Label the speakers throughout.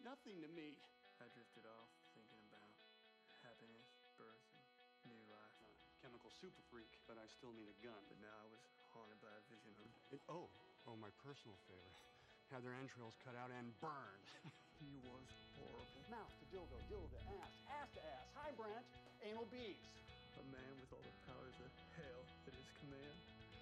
Speaker 1: nothing to me.
Speaker 2: I drifted off thinking about happiness, birth, and new life.
Speaker 1: I'm a chemical super freak, but I still need a gun.
Speaker 2: But now I was haunted by a vision of
Speaker 1: It, oh, oh, my personal favorite. Had their entrails cut out and burned.
Speaker 2: he was horrible.
Speaker 1: Mouth to dildo, dildo to ass, ass to ass, high Brent, anal beads.
Speaker 2: A man with all the powers of hell at his command.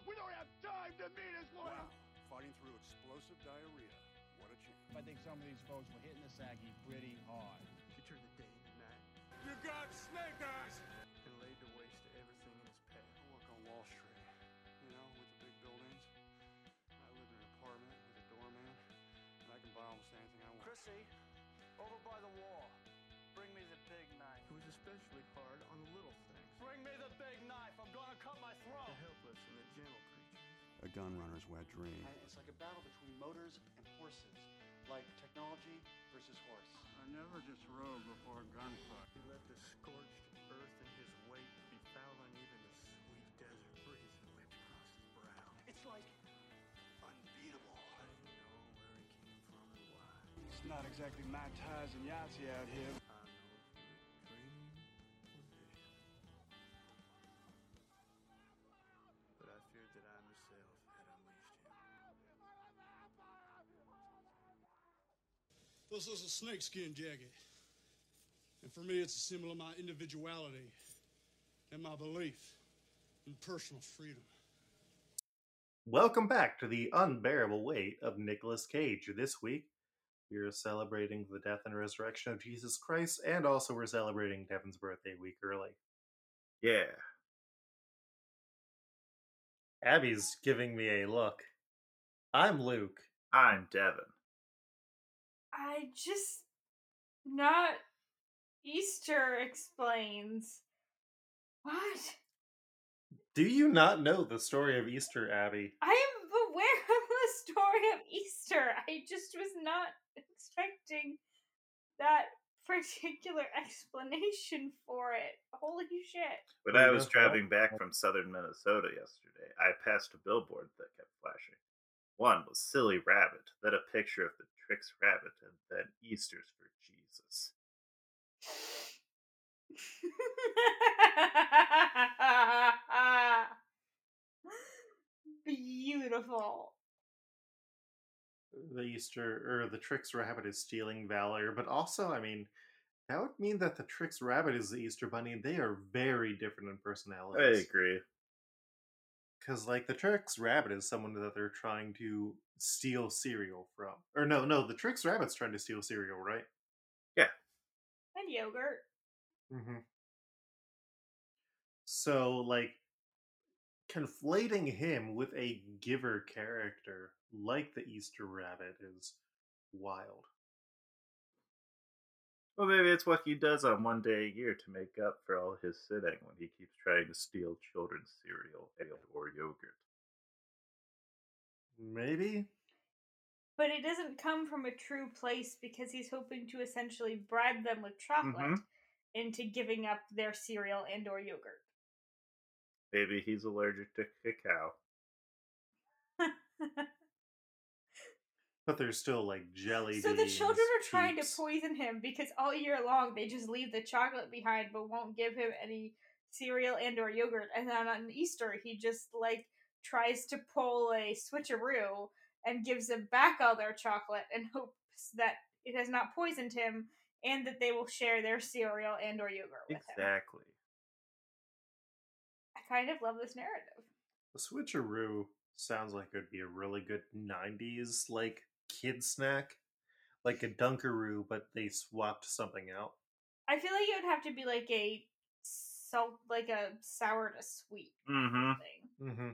Speaker 1: We don't have time to meet as one. Wow, fighting through explosive diarrhea. What a chance.
Speaker 3: I think some of these folks were hitting the saggy pretty hard.
Speaker 2: She turned the day into night
Speaker 1: You got snake eyes.
Speaker 2: and laid to waste everything in his path.
Speaker 1: I work on Wall Street, you know, with the big buildings. I live in an apartment with a doorman, and I can buy almost anything I want.
Speaker 4: Chrissy, over by the wall. Bring me the big knife.
Speaker 2: It was especially hard on the little things,
Speaker 4: Bring me the big knife. I'm gonna cut my
Speaker 2: the
Speaker 4: throat.
Speaker 2: helpless and the gentle creatures.
Speaker 1: a gun runner's wet dream.
Speaker 5: And it's like a battle between motors and horses, like technology versus horse.
Speaker 1: I never disrobed before gunfight.
Speaker 2: He left a scorched earth in his wake to be foul on even the sweet desert breeze that whipped across his brow.
Speaker 1: It's like unbeatable.
Speaker 2: I didn't know where he came from and why.
Speaker 1: It's not exactly my ties and Yahtzee out here.
Speaker 2: I know if you were dreaming or vision. But I feared that I myself had unleashed him.
Speaker 6: This is a snakeskin jacket. And for me, it's a symbol of my individuality and my belief in personal freedom.
Speaker 7: Welcome back to the unbearable weight of Nicolas Cage. This week, we are celebrating the death and resurrection of Jesus Christ, and also we're celebrating Devin's birthday a week early.
Speaker 8: Yeah.
Speaker 7: Abby's giving me a look. I'm Luke.
Speaker 8: I'm Devin.
Speaker 9: I just not Easter explains. What?
Speaker 7: Do you not know the story of Easter, Abby?
Speaker 9: I am aware of the story of Easter. I just was not expecting that particular explanation for it. Holy shit.
Speaker 8: When
Speaker 7: Oh,
Speaker 8: I was
Speaker 7: that's
Speaker 8: driving
Speaker 7: right.
Speaker 8: back from southern Minnesota yesterday, I passed a billboard that kept flashing. One was Silly Rabbit, then a picture of the Tricks Rabbit, and then Easter's for Jesus.
Speaker 9: Beautiful.
Speaker 7: The Easter or the Trix Rabbit is stealing valor, but also, I mean, that would mean that the Trix Rabbit is the Easter Bunny. and They are very different in
Speaker 8: I
Speaker 7: personalities.
Speaker 8: agree.
Speaker 7: Because like the Trix Rabbit is someone that they're trying to steal cereal from, or no, no, the Trix Rabbit's trying to steal cereal, right?
Speaker 9: And yogurt.
Speaker 7: Mm-hmm. So like conflating him with a giver character like the Easter Rabbit is wild.
Speaker 8: Well, maybe it's what he does on one day a year to make up for all his sinning when he keeps trying to steal children's cereal and or yogurt.
Speaker 7: Maybe
Speaker 9: But it doesn't come from a true place because he's hoping to essentially bribe them with chocolate
Speaker 8: Mhm.
Speaker 9: into giving up their cereal and or yogurt.
Speaker 8: Maybe he's allergic to cacao.
Speaker 7: But there's still like jelly.
Speaker 9: so the children
Speaker 7: beans,
Speaker 9: are trying to
Speaker 7: chips.
Speaker 9: poison him because all year long they just leave the chocolate behind but won't give him any cereal and or yogurt. And then on Easter he just like tries to pull a switcheroo and gives them back all their chocolate and hopes that it has not poisoned him and that they will share their cereal and or yogurt with him.
Speaker 8: Exactly.
Speaker 9: I kind of love this narrative.
Speaker 7: The switcheroo sounds like it would be a really good '90s like kid snack, like a Dunkaroo, but they swapped something out.
Speaker 9: I feel like it would have to be like a salt, like a sour to sweet
Speaker 8: Mm-hmm.
Speaker 9: thing.
Speaker 7: Mm-hmm.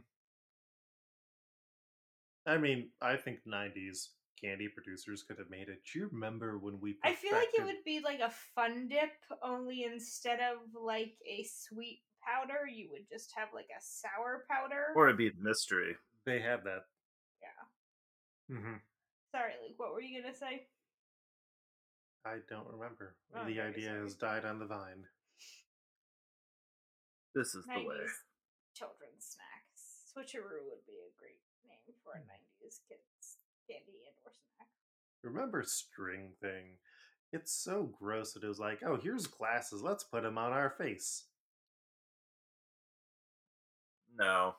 Speaker 7: I mean, I think '90s candy producers could have made it. Do you remember when we?
Speaker 9: I feel like it
Speaker 7: perfected-
Speaker 9: would be like a fun dip, only instead of like a sweet powder, you would just have like a sour powder.
Speaker 8: Or it'd be the mystery.
Speaker 7: They have that.
Speaker 9: yeah.
Speaker 7: hmm
Speaker 9: Sorry, Luke. What were you gonna say?
Speaker 7: I don't remember.
Speaker 9: Oh,
Speaker 7: the
Speaker 9: very
Speaker 7: idea
Speaker 9: sorry.
Speaker 7: has died on the vine.
Speaker 8: This is the way.
Speaker 9: Nineties children's snacks. Switcheroo would be a great name
Speaker 8: Mm.
Speaker 9: for a nineties kids candy and or snack.
Speaker 7: Remember string thing? It's so gross that it was like, oh, here's glasses. Let's put them on our face.
Speaker 8: No.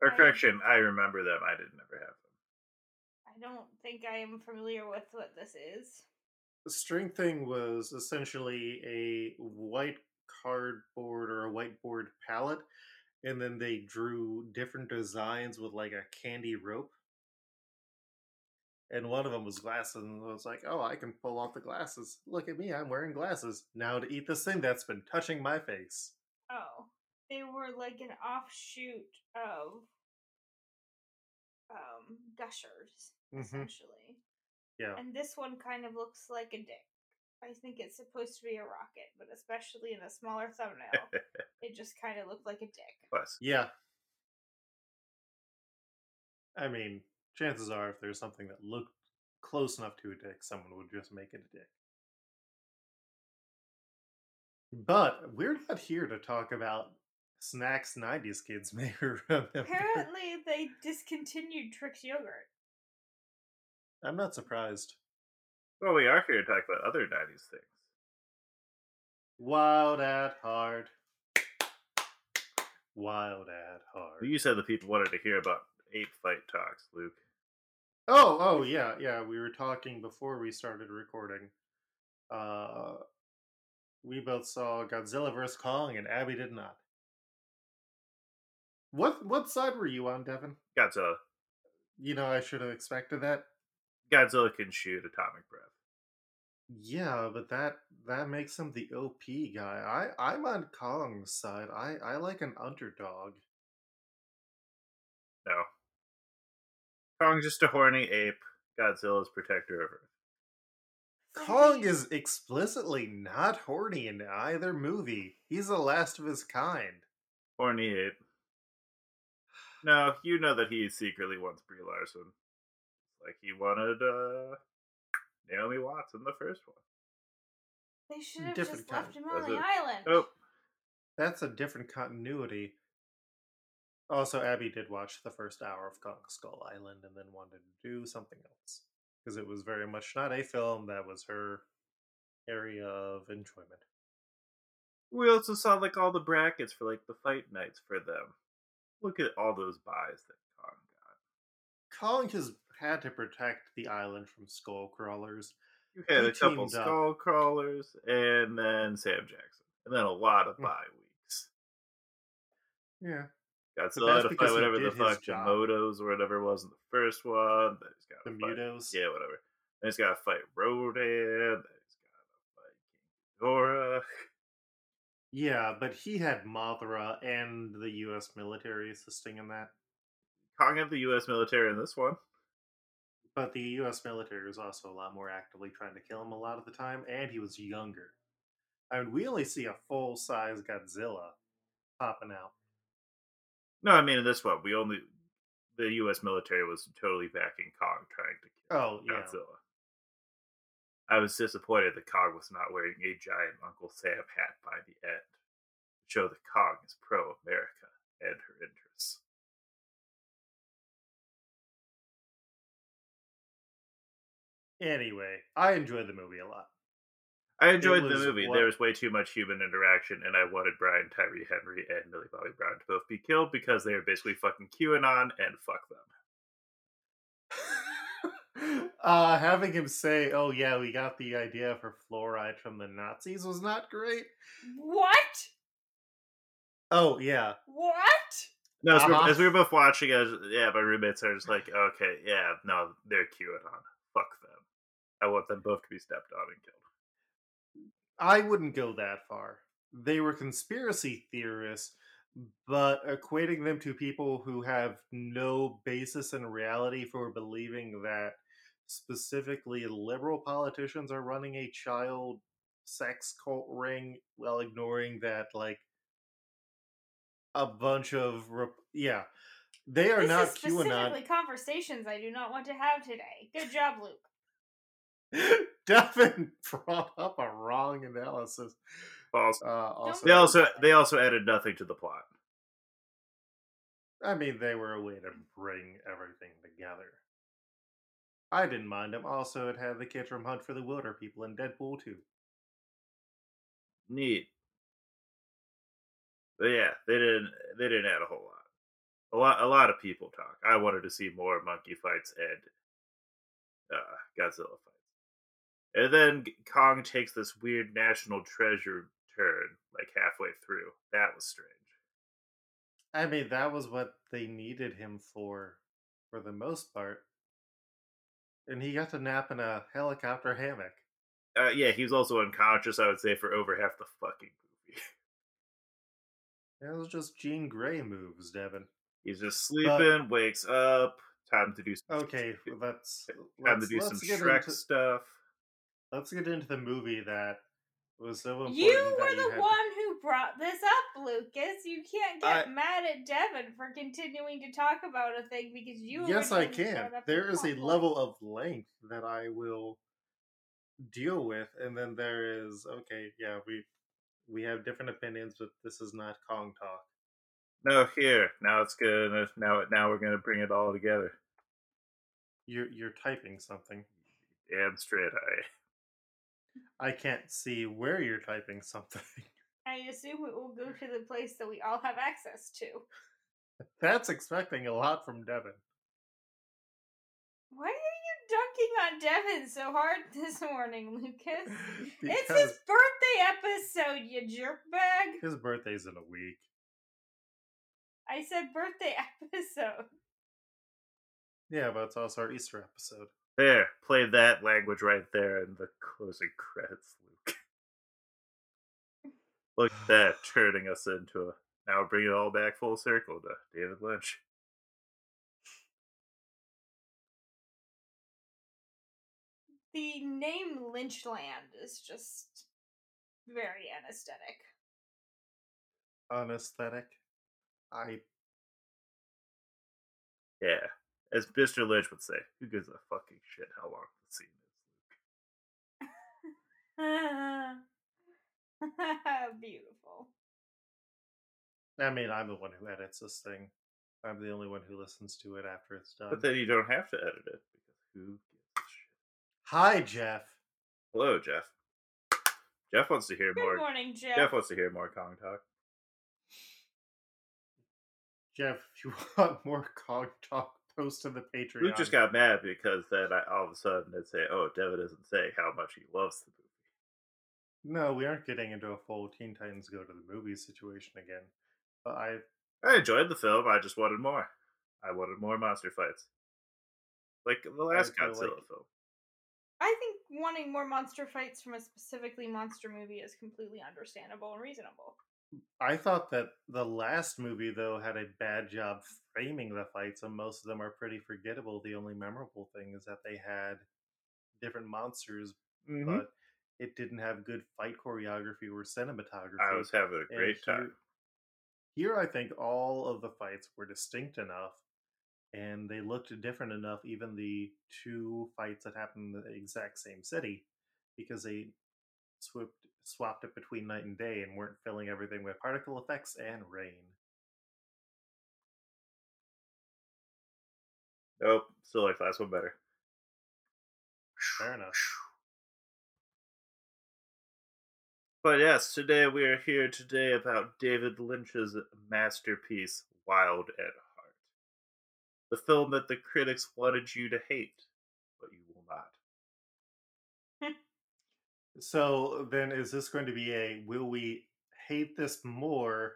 Speaker 8: Or
Speaker 9: I-
Speaker 8: correction, I remember them. I didn't ever have them.
Speaker 9: I don't think I am familiar with what this is.
Speaker 7: The string thing was essentially a white cardboard or a whiteboard palette, and then they drew different designs with like a candy rope. And one of them was glasses, and I was like, "Oh, I can pull off the glasses. Look at me, I'm wearing glasses now to eat this thing that's been touching my face."
Speaker 9: Oh, they were like an offshoot of um gushers
Speaker 7: Mhm.
Speaker 9: essentially.
Speaker 7: Yeah,
Speaker 9: And this one kind of looks like a dick. I think it's supposed to be a rocket, but especially in a smaller thumbnail, it just kind of looked like a dick.
Speaker 8: Plus,
Speaker 7: yeah. I mean, chances are, if there's something that looked close enough to a dick, someone would just make it a dick. But we're not here to talk about snacks 90s kids may remember.
Speaker 9: Apparently, they discontinued Trix yogurt.
Speaker 7: I'm not surprised.
Speaker 8: well, we are here to talk about other 90s things.
Speaker 7: Wild at heart. Wild at heart.
Speaker 8: You said the people wanted to hear about ape fight talks, Luke.
Speaker 7: Oh, oh yeah, yeah. We were talking before we started recording. Uh we both saw Godzilla vs. Kong and Abby did not. What what side were you on, Devin?
Speaker 8: Godzilla.
Speaker 7: You know, I should have expected that.
Speaker 8: Godzilla can shoot atomic breath.
Speaker 7: Yeah, but that that makes him the OP guy. I I'm on Kong's side. I I like an underdog.
Speaker 8: No. Kong's just a horny ape. Godzilla's protector of Earth.
Speaker 7: Kong is explicitly not horny in either movie. He's the last of his kind.
Speaker 8: Horny ape. No, you know that he secretly wants Brie Larson. Like he wanted uh, Naomi Watts in the first one.
Speaker 9: They should have
Speaker 7: different
Speaker 9: just left
Speaker 7: kind.
Speaker 9: him on
Speaker 8: Was
Speaker 9: the
Speaker 8: it-
Speaker 9: island.
Speaker 8: Oh,
Speaker 7: That's a different continuity. Also, Abby did watch the first hour of Kong Skull Island and then wanted to do something else because it was very much not a film that was her area of enjoyment.
Speaker 8: we also saw like all the brackets for like the fight nights for them. Look at all those buys that Kong
Speaker 7: Kong
Speaker 8: got.
Speaker 7: has had to protect the island from skull crawlers.
Speaker 8: You had
Speaker 7: He
Speaker 8: a couple
Speaker 7: teamed up.
Speaker 8: skull crawlers and then Sam Jackson, and then a lot of
Speaker 7: Hmm.
Speaker 8: bye weeks.
Speaker 7: Yeah.
Speaker 8: Godzilla had
Speaker 7: that's
Speaker 8: to
Speaker 7: because
Speaker 8: fight
Speaker 7: he
Speaker 8: whatever the
Speaker 7: did his
Speaker 8: fuck the
Speaker 7: job.
Speaker 8: Motos or whatever it was in the first one. Then he's got
Speaker 7: The
Speaker 8: to fight,
Speaker 7: Mutos.
Speaker 8: yeah, whatever. Then he's got to fight Rodan. Then he's got to fight King Ghidorah.
Speaker 7: Yeah, but he had Mothra and the U.S. military assisting in that.
Speaker 8: Kong had the U.S. military in this one.
Speaker 7: But the U.S. military was also a lot more actively trying to kill him a lot of the time, and he was younger. I mean, we only see a full size Godzilla popping out.
Speaker 8: No, I mean in this one, we only the U.S. military was totally backing Kong trying to kill
Speaker 7: Oh, yeah.
Speaker 8: Godzilla. I was disappointed that Kong was not wearing a giant Uncle Sam hat by the end. Show that Kong is pro-America and her interests.
Speaker 7: Anyway, I enjoyed the movie a lot.
Speaker 8: I enjoyed the
Speaker 7: was
Speaker 8: movie.
Speaker 7: what-
Speaker 8: There was way too much human interaction, and I wanted Brian Tyree Henry and Millie Bobby Brown to both be killed because they are basically fucking QAnon and fuck them.
Speaker 7: uh, having him say, "Oh yeah, we got the idea for fluoride from the Nazis" was not great.
Speaker 9: What?
Speaker 7: Oh yeah,
Speaker 9: What?
Speaker 8: No, as,
Speaker 7: Uh-huh.
Speaker 8: we, as we were both watching, I was, yeah, my roommates are just like, okay, yeah, no, they're QAnon. Fuck them. I want them both to be stepped on and killed.
Speaker 7: I wouldn't go that far. They were conspiracy theorists, but equating them to people who have no basis in reality for believing that specifically liberal politicians are running a child sex cult ring while ignoring that, like, a bunch of. Rep- yeah. They are
Speaker 9: this
Speaker 7: not
Speaker 9: is
Speaker 7: QAnon.
Speaker 9: specifically conversations I do not want to have today. Good job, Luke.
Speaker 7: Devin brought up a wrong analysis.
Speaker 8: False.
Speaker 7: Uh, also,
Speaker 8: They also they also added nothing to the plot.
Speaker 7: I mean, they were a way to bring everything together. I didn't mind him. Also, it had the kid from Hunt for the Wilder People in Deadpool 2.
Speaker 8: Neat. But yeah, they didn't they didn't add a whole lot. A lot a lot of people talk. I wanted to see more monkey fights and uh, Godzilla fights. And then Kong takes this weird national treasure turn like halfway through. That was strange.
Speaker 7: I mean, that was what they needed him for, for the most part. And he got to nap in a helicopter hammock.
Speaker 8: Uh, yeah, he was also unconscious. I would say for over half the fucking movie.
Speaker 7: That was just Jean Grey moves, Devin.
Speaker 8: He's just sleeping, wakes up. Time to do some
Speaker 7: Okay, well, let's
Speaker 8: Time
Speaker 7: let's,
Speaker 8: to do some
Speaker 7: let's get
Speaker 8: Shrek
Speaker 7: into-
Speaker 8: stuff.
Speaker 7: let's get into the movie that was so important.
Speaker 9: You
Speaker 7: that
Speaker 9: were the
Speaker 7: had to-
Speaker 9: one who brought this up, Lucas. You can't get
Speaker 7: I-
Speaker 9: mad at Devin for continuing to talk about a thing because you.
Speaker 7: yes, I
Speaker 9: originally
Speaker 7: can.
Speaker 9: brought up the
Speaker 7: There is a
Speaker 9: conflict.
Speaker 7: level of length that I will deal with, and then there is okay, yeah, we we have different opinions, but this is not Kong talk.
Speaker 8: No, here now it's gonna now now we're gonna bring it all together.
Speaker 7: You're you're typing something.
Speaker 8: Damn straight, I
Speaker 7: I can't see where you're typing something.
Speaker 9: I assume it will go to the place that we all have access to.
Speaker 7: That's expecting a lot from Devin.
Speaker 9: Why are you dunking on Devin so hard this morning, Lucas? It's
Speaker 7: Because
Speaker 9: his birthday episode, you jerkbag.
Speaker 7: his birthday's in a week.
Speaker 9: I said birthday episode.
Speaker 7: Yeah, but it's also our Easter episode.
Speaker 8: there play that language right there in the closing credits, Luke. Look at that turning us into a now bring it all back full circle to David Lynch.
Speaker 9: The name Lynchland is just very anesthetic.
Speaker 7: Unesthetic. I
Speaker 8: Yeah, as Mr. Lynch would say, who gives a fucking shit how long the scene is?
Speaker 9: Beautiful.
Speaker 7: I mean, I'm the one who edits this thing. I'm the only one who listens to it after it's done.
Speaker 9: Um
Speaker 8: But then you don't have to edit it because who gives a shit?
Speaker 7: Hi, Jeff.
Speaker 8: Hello, Jeff. Jeff wants to hear
Speaker 9: Good
Speaker 8: more.
Speaker 9: morning, Jeff.
Speaker 8: Jeff wants to hear more Kong talk.
Speaker 7: Jeff, if you want more cog talk, post to the Patreon.
Speaker 8: Luke just got mad because then I, all of a sudden they'd say, "Oh, Devin isn't saying how much he loves the movie."
Speaker 7: No, we aren't getting into a full Teen Titans Go to the Movies situation again. But I
Speaker 8: I enjoyed the film. I just wanted more. I wanted more monster fights, like the last
Speaker 7: feel
Speaker 8: Godzilla
Speaker 7: like-
Speaker 8: film.
Speaker 9: I think wanting more monster fights from a specifically monster movie is completely understandable and reasonable.
Speaker 7: I thought that the last movie though had a bad job framing the fights, and most of them are pretty forgettable. The only memorable thing is that they had different monsters,
Speaker 8: Mhm.
Speaker 7: but it didn't have good fight choreography or cinematography.
Speaker 8: I was having a
Speaker 7: And
Speaker 8: great time.
Speaker 7: Here, I think all of the fights were distinct enough and they looked different enough, even the two fights that happened in the exact same city, because they swapped, swapped it between night and day and weren't filling everything with particle effects and rain.
Speaker 8: Nope, still like the last one better.
Speaker 7: Fair enough.
Speaker 8: But yes, today we are here today about David Lynch's masterpiece, Wild at Heart. The film that the critics wanted you to hate, but you will not.
Speaker 7: So, then is this going to be a will we hate this more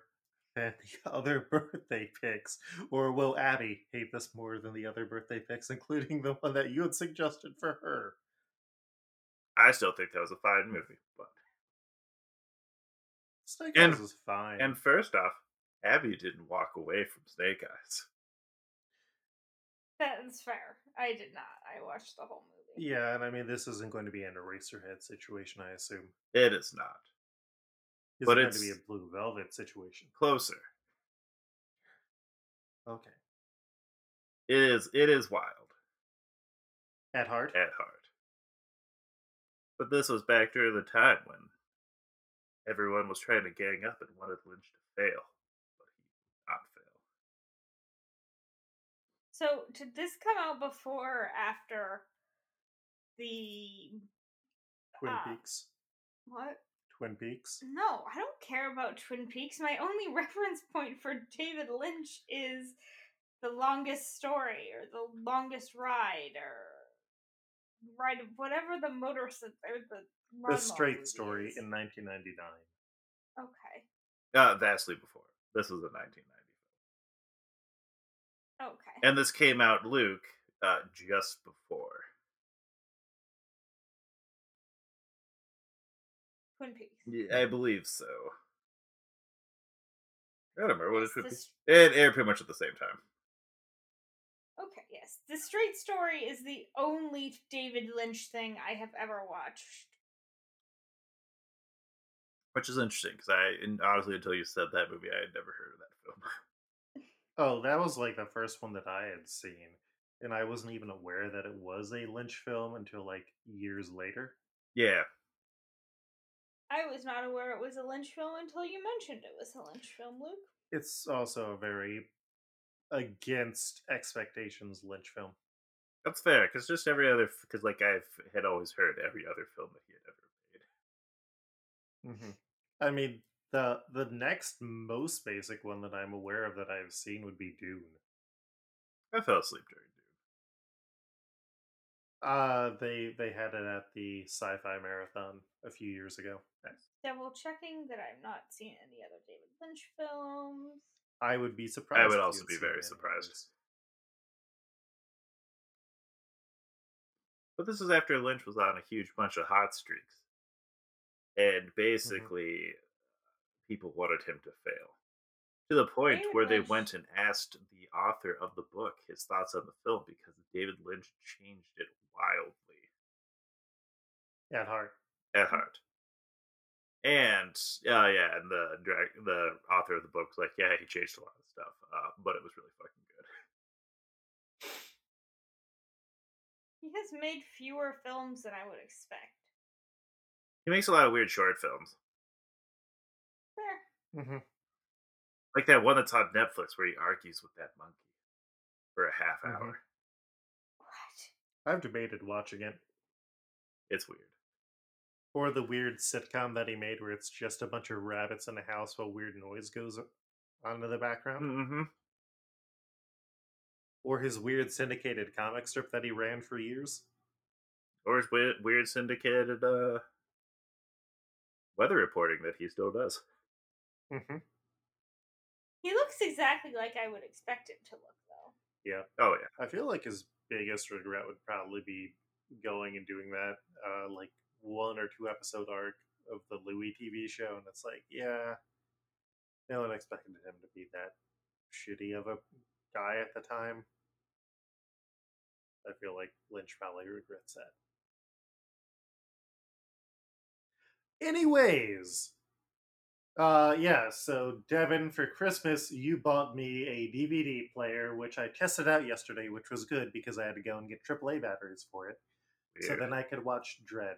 Speaker 7: than the other birthday picks? Or will Abby hate this more than the other birthday picks, including the one that you had suggested for her?
Speaker 8: I still think that was a fine
Speaker 7: Hmm.
Speaker 8: movie. But
Speaker 7: Snake
Speaker 8: And-
Speaker 7: Eyes was fine.
Speaker 8: and first off, Abby didn't walk away from Snake Eyes.
Speaker 9: That is fair. I did not. I watched the whole movie.
Speaker 7: yeah, and I mean, this isn't going to be an Eraserhead situation, I assume.
Speaker 8: It is not
Speaker 7: It's
Speaker 8: But
Speaker 7: going
Speaker 8: it's-
Speaker 7: to be a Blue Velvet situation.
Speaker 8: closer.
Speaker 7: Okay.
Speaker 8: It is. It is wild
Speaker 7: At heart?
Speaker 8: at heart. But this was back during the time when everyone was trying to gang up and wanted Lynch to fail, but he did not fail.
Speaker 9: So, did this come out before or after the
Speaker 7: Twin
Speaker 9: Ah.
Speaker 7: Peaks.
Speaker 9: what?
Speaker 7: Twin Peaks.
Speaker 9: No, I don't care about Twin Peaks. My only reference point for David Lynch is the longest story or the longest ride or ride of whatever the motorcycle or the
Speaker 7: The
Speaker 9: lawnmower movie
Speaker 7: Straight Story
Speaker 9: is.
Speaker 7: in 1999.
Speaker 9: Okay.
Speaker 8: Uh, vastly before. This is a 1990.
Speaker 9: Okay.
Speaker 8: And this came out, Luke, uh, just before.
Speaker 9: Twin Peaks.
Speaker 8: Yeah, I believe so. I don't remember what it
Speaker 9: Yes,
Speaker 8: would
Speaker 9: the
Speaker 8: be.
Speaker 9: s-
Speaker 8: It aired pretty much at the same time.
Speaker 9: Okay, yes. The Straight Story is the only David Lynch thing I have ever watched.
Speaker 8: Which is interesting because I, and honestly, until you said that movie, I had never heard of that film.
Speaker 7: Oh, that was like the first one that I had seen. And I wasn't even aware that it was a Lynch film until like years later.
Speaker 8: yeah,
Speaker 9: I was not aware it was a Lynch film until you mentioned it was a Lynch film, Luke.
Speaker 7: It's also a very against expectations Lynch film.
Speaker 8: that's fair because just every other, because like I had always heard every other film that he had ever made.
Speaker 7: Mm-hmm. I mean, the the next most basic one that I'm aware of that I've seen would be Dune.
Speaker 8: I fell asleep during Dune.
Speaker 7: Uh they they had it at the sci-fi marathon a few years ago.
Speaker 9: Double checking that I've not seen any other David Lynch films.
Speaker 7: I would be surprised. if you
Speaker 8: also
Speaker 7: had
Speaker 8: be
Speaker 7: seen
Speaker 8: very
Speaker 7: any of
Speaker 8: surprised.
Speaker 7: those.
Speaker 8: But this was after Lynch was on a huge bunch of hot streaks. And basically, people wanted him to fail. To the point
Speaker 9: David
Speaker 8: where
Speaker 9: Lynch-
Speaker 8: they went and asked the author of the book his thoughts on the film because David Lynch changed it wildly
Speaker 7: At heart.
Speaker 8: at heart. And oh yeah, and the direct, the author of the book was like, yeah, he changed a lot of stuff, uh, but it was really fucking good.
Speaker 9: He has made fewer films than I would expect.
Speaker 8: He makes a lot of weird short films,
Speaker 9: Fair.
Speaker 7: Mm-hmm.
Speaker 8: like that one that's on Netflix where he argues with that monkey for a half
Speaker 7: Mhm.
Speaker 8: hour.
Speaker 9: What?
Speaker 7: I've debated watching it.
Speaker 8: It's weird.
Speaker 7: Or the weird sitcom that he made where it's just a bunch of rabbits in a house while weird noise goes on in the background.
Speaker 8: Mm-hmm.
Speaker 7: Or his weird syndicated comic strip that he ran for years.
Speaker 8: Or his weird, weird syndicated uh, weather reporting that he still does.
Speaker 7: Mm-hmm.
Speaker 9: He looks exactly like I would expect him to look, though.
Speaker 8: Oh yeah,
Speaker 7: I feel like his biggest regret would probably be going and doing that, uh, like one or two episode arc of the Louis TV show, and it's like, yeah, no one expected him to be that shitty of a guy at the time. I feel like Lynch probably regrets that. Anyways, uh, yeah, so Devin, for Christmas, you bought me a DVD player, which I tested out yesterday, which was good because I had to go and get AAA batteries for it. So
Speaker 8: Weird.
Speaker 7: then I could watch Dread.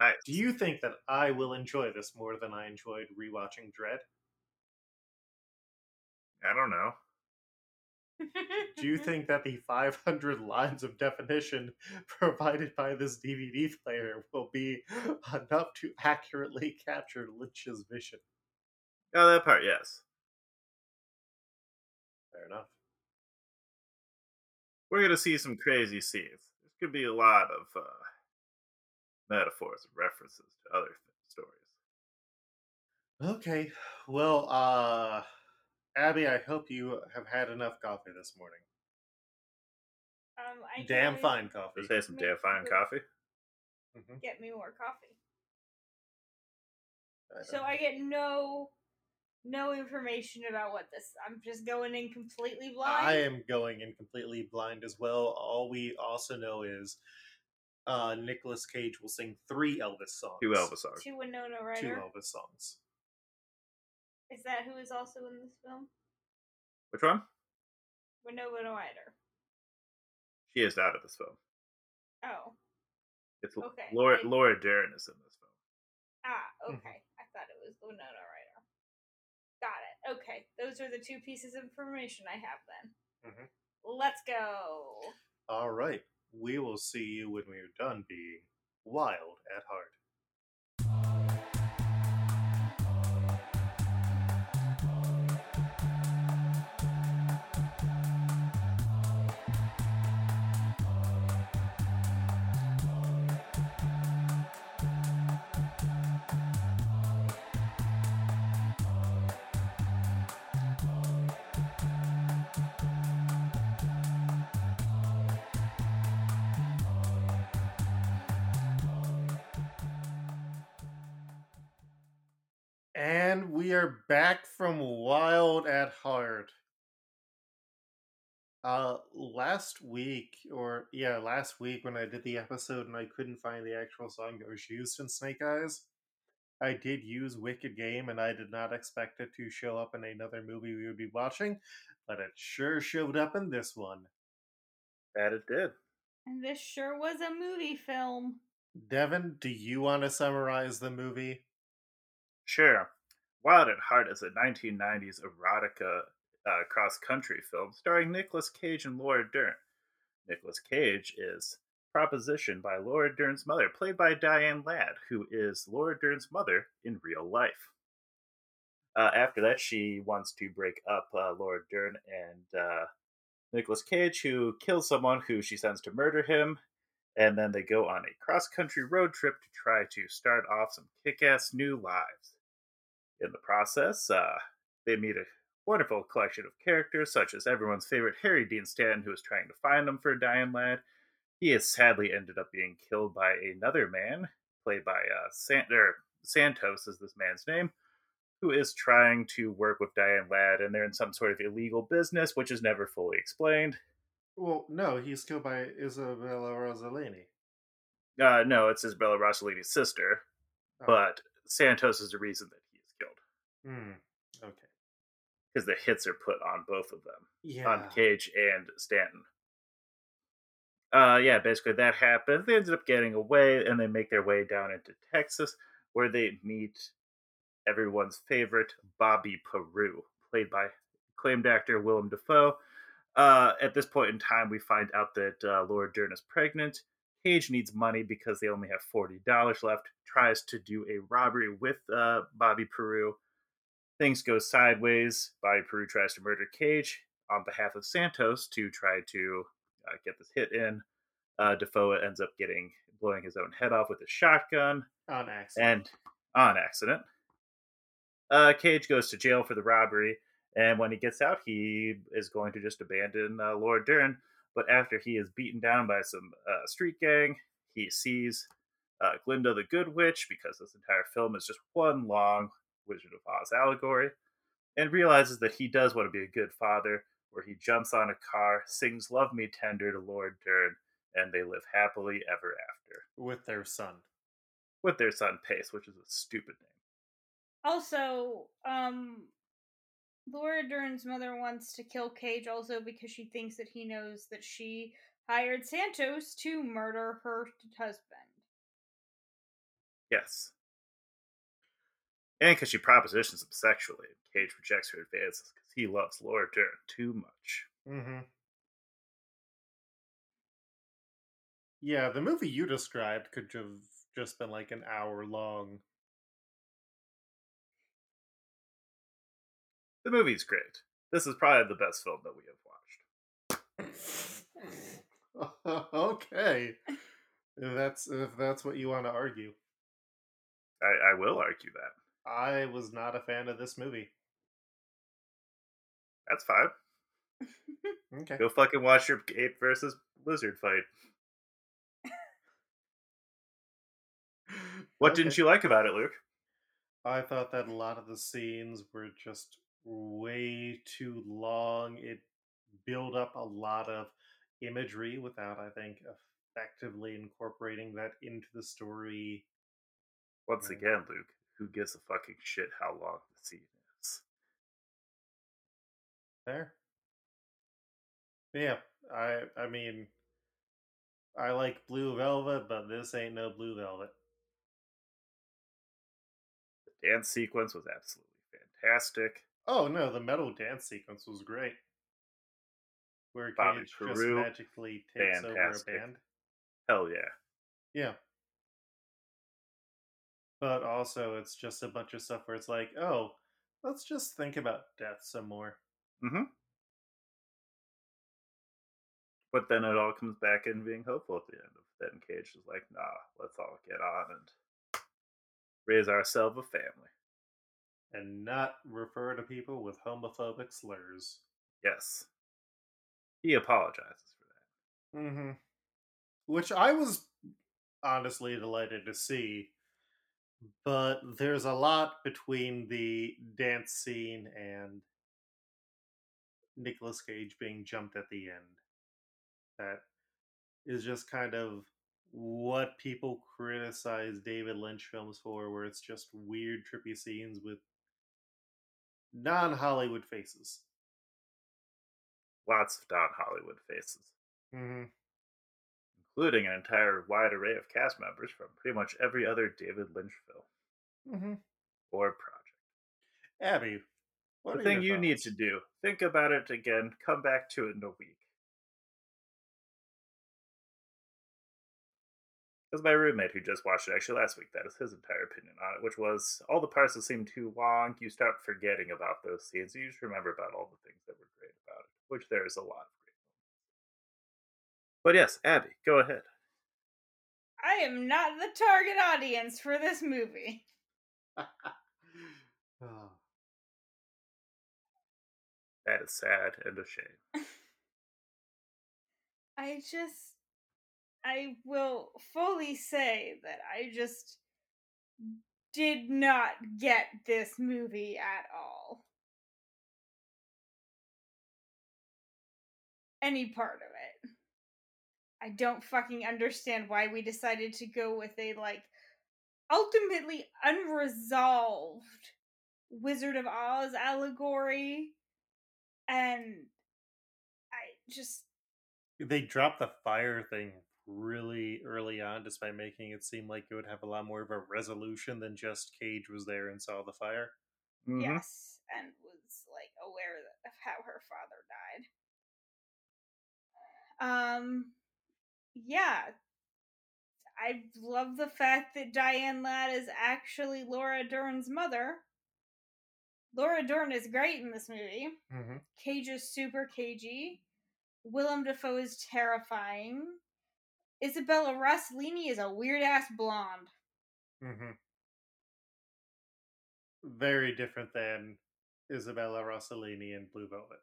Speaker 8: nice.
Speaker 7: Do you think that I will enjoy this more than I enjoyed rewatching Dread?
Speaker 8: I don't know.
Speaker 7: Do
Speaker 9: Mm-hmm.
Speaker 7: you think that the 500 lines of definition provided by this DVD player will be enough to accurately capture Lynch's vision?
Speaker 8: Oh, that part, yes.
Speaker 7: Fair enough.
Speaker 8: We're gonna see some crazy scenes. There's gonna be a lot of uh, metaphors and references to other th- stories.
Speaker 7: Okay. Well, uh Abby, I hope you have had enough coffee this morning.
Speaker 9: Um, I can
Speaker 7: Damn
Speaker 9: always
Speaker 7: fine coffee.
Speaker 8: Just had some
Speaker 9: Maybe
Speaker 8: damn fine
Speaker 9: we'll-
Speaker 8: coffee.
Speaker 7: Mhm.
Speaker 9: Get me more coffee.
Speaker 7: I
Speaker 9: So I get no, no information about what this. I'm just going in completely blind.
Speaker 7: I am going in completely blind as well. All we also know is uh Nicolas Cage will sing three Elvis songs.
Speaker 8: Two Elvis songs.
Speaker 9: to Winona
Speaker 7: Two
Speaker 9: Ryder.
Speaker 7: Elvis songs.
Speaker 9: Is that who is also in this film?
Speaker 8: Which one?
Speaker 9: Winona Ryder.
Speaker 8: She is out of this film.
Speaker 9: Oh,
Speaker 8: It's
Speaker 9: Okay,
Speaker 8: Laura
Speaker 9: I-
Speaker 8: Laura Dern is in this film.
Speaker 9: ah,
Speaker 7: Mhm.
Speaker 9: okay. I thought it was oh, Winona Ryder. Got it. Okay, those are the two pieces of information I have then.
Speaker 7: Mhm.
Speaker 9: Let's go.
Speaker 7: All right. We will see you when we are done being wild at heart. And we are back from Wild at Heart. Uh last week or yeah, last week when I did the episode and I couldn't find the actual song that was used in Snake Eyes, I did use Wicked Game and I did not expect it to show up in another movie we would be watching, but it sure showed up in this one.
Speaker 8: That it did.
Speaker 9: And this sure was a movie film.
Speaker 7: Devin, do you want to summarize the movie?
Speaker 8: Sure. Wild at Heart is a 1990s erotica uh, cross country film starring Nicolas Cage and Laura Dern. Nicolas Cage is propositioned by Laura Dern's mother, played by Diane Ladd, who is Laura Dern's mother in real life. Uh, after that, she wants to break up uh, Laura Dern and uh, Nicolas Cage, who kills someone who she sends to murder him and then they go on a cross country road trip to try to start off some kick ass new lives. In the process, uh, they meet a wonderful collection of characters, such as everyone's favorite Harry Dean Stanton, who is trying to find them for Diane Ladd. He has sadly ended up being killed by another man, played by uh, Sant- er, Santos, is this man's name, who is trying to work with Diane Ladd, and they're in some sort of illegal business, which is never fully explained.
Speaker 7: Well, no, he's killed by Isabella Rossellini.
Speaker 8: Uh, no, it's Isabella Rossellini's sister,
Speaker 7: Oh,
Speaker 8: but Santos is the reason that he is killed
Speaker 7: hmm, okay,
Speaker 8: because the hits are put on both of them,
Speaker 7: yeah,
Speaker 8: on Cage and Stanton. Uh, yeah, basically that happened. They ended up getting away, and they make their way down into Texas, where they meet everyone's favorite Bobby Peru, played by acclaimed actor Willem Dafoe. Uh, at this point in time, we find out that uh, Laura Dern is pregnant. Cage needs money because they only have forty dollars left. Tries to do a robbery with uh, Bobby Peru. Things go sideways. Bobby Peru tries to murder Cage on behalf of Santos to try to uh, get this hit in. Uh, Defoe ends up getting blowing his own head off with a shotgun
Speaker 7: on accident.
Speaker 8: and on accident. Uh, Cage goes to jail for the robbery, and when he gets out, he is going to just abandon uh, Laura Dern. But after he is beaten down by some uh, street gang, he sees uh, Glinda the Good Witch because this entire film is just one long Wizard of Oz allegory, and realizes that he does want to be a good father. Where he jumps on a car, sings "Love Me Tender" to Laura Dern, and they live happily ever after
Speaker 7: with their son.
Speaker 8: with their son Pace, which is a stupid name.
Speaker 9: Also, um, Laura Dern's mother wants to kill Cage also because she thinks that he knows that she hired Santos to murder her husband.
Speaker 8: Yes. And because she propositions him sexually, Cage rejects her advances because he loves Laura Dern too much.
Speaker 7: Mm-hmm. Yeah, the movie you described could have just been like an hour long.
Speaker 8: The movie's great. This is probably the best film that we have watched.
Speaker 7: okay, if that's if that's what you want to argue.
Speaker 8: I, I will argue that.
Speaker 7: I was not a fan of this movie.
Speaker 8: That's fine.
Speaker 7: Okay,
Speaker 8: Go fucking watch your ape versus lizard fight. What didn't
Speaker 7: Okay.
Speaker 8: you like about it, Luke?
Speaker 7: I thought that a lot of the scenes were just way too long. It built up a lot of imagery without, I think, effectively incorporating that into the story.
Speaker 8: Once
Speaker 7: Yeah.
Speaker 8: again, Luke, who gives a fucking shit how long the scene is?
Speaker 7: There. Yeah, I I mean I like blue velvet, but this ain't no blue velvet.
Speaker 8: The dance sequence was absolutely fantastic.
Speaker 7: Oh no, the metal dance sequence was great. Where
Speaker 8: Bobby
Speaker 7: Cage just
Speaker 8: Peru,
Speaker 7: magically takes over
Speaker 8: fantastic.
Speaker 7: a band.
Speaker 8: Hell yeah.
Speaker 7: Yeah. But also, it's just a bunch of stuff where it's like, oh, let's just think about death some more.
Speaker 8: But then it all comes back in being hopeful at the end of then Cage is like, nah, let's all get on and raise ourselves a family.
Speaker 7: And not refer to people with homophobic slurs.
Speaker 8: Yes. He apologizes for that.
Speaker 7: Mm-hmm. Which I was honestly delighted to see, but there's a lot between the dance scene and Nicolas Cage being jumped at the end that is just kind of what people criticize David Lynch films for, where it's just weird, trippy scenes with non Hollywood faces.
Speaker 8: Lots of Don Hollywood faces,
Speaker 7: Mm-hmm.
Speaker 8: including an entire wide array of cast members from pretty much every other David Lynch film
Speaker 7: Mm-hmm.
Speaker 8: or project.
Speaker 7: Abby, what
Speaker 8: the
Speaker 7: are
Speaker 8: thing you
Speaker 7: your
Speaker 8: need
Speaker 7: thoughts?
Speaker 8: to do, think about it again, come back to it in a week. Because my roommate who just watched it actually last week, that is his entire opinion on it, which was all the parts that seem too long, you start forgetting about those scenes. You just remember about all the things that were great about it, which there is a lot of great moments. But yes, Abby, go ahead.
Speaker 9: I am not the target audience for this movie.
Speaker 7: Ah.
Speaker 8: That is sad and a shame.
Speaker 9: I just I will fully say that I just did not get this movie at all. Any part of it. I don't fucking understand why we decided to go with a like ultimately unresolved Wizard of Oz allegory and I just
Speaker 7: They dropped the fire thing really early on just by making it seem like it would have a lot more of a resolution than just Cage was there and saw the fire.
Speaker 8: Mhm.
Speaker 9: yes, and was like aware that- of how her father died. Um, yeah, I love the fact that Diane Ladd is actually Laura Dern's mother. Laura Dern is great in this movie.
Speaker 7: Mm-hmm.
Speaker 9: Cage is super cagey. Willem Dafoe is terrifying. Isabella Rossellini is a weird ass blonde.
Speaker 7: Mm-hmm. Very different than Isabella Rossellini in Blue Velvet.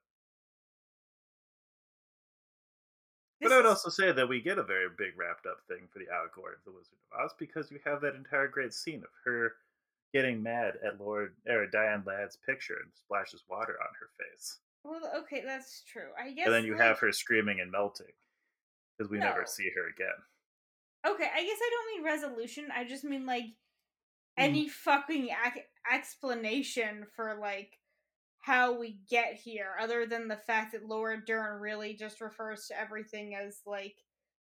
Speaker 9: This
Speaker 8: but I would
Speaker 9: is-
Speaker 8: also say that we get a very big wrapped up thing for the allegory of the Wizard of Oz because you have that entire great scene of her getting mad at Lord or Diane Ladd's picture and splashes water on her face,
Speaker 9: well, okay, that's true. I guess.
Speaker 8: and then you
Speaker 9: like-
Speaker 8: have her screaming and melting because we
Speaker 9: No.
Speaker 8: never see her again.
Speaker 9: Okay, I guess I don't mean resolution. I just mean like any fucking ac- explanation for like how we get here, other than the fact that Laura Dern really just refers to everything as like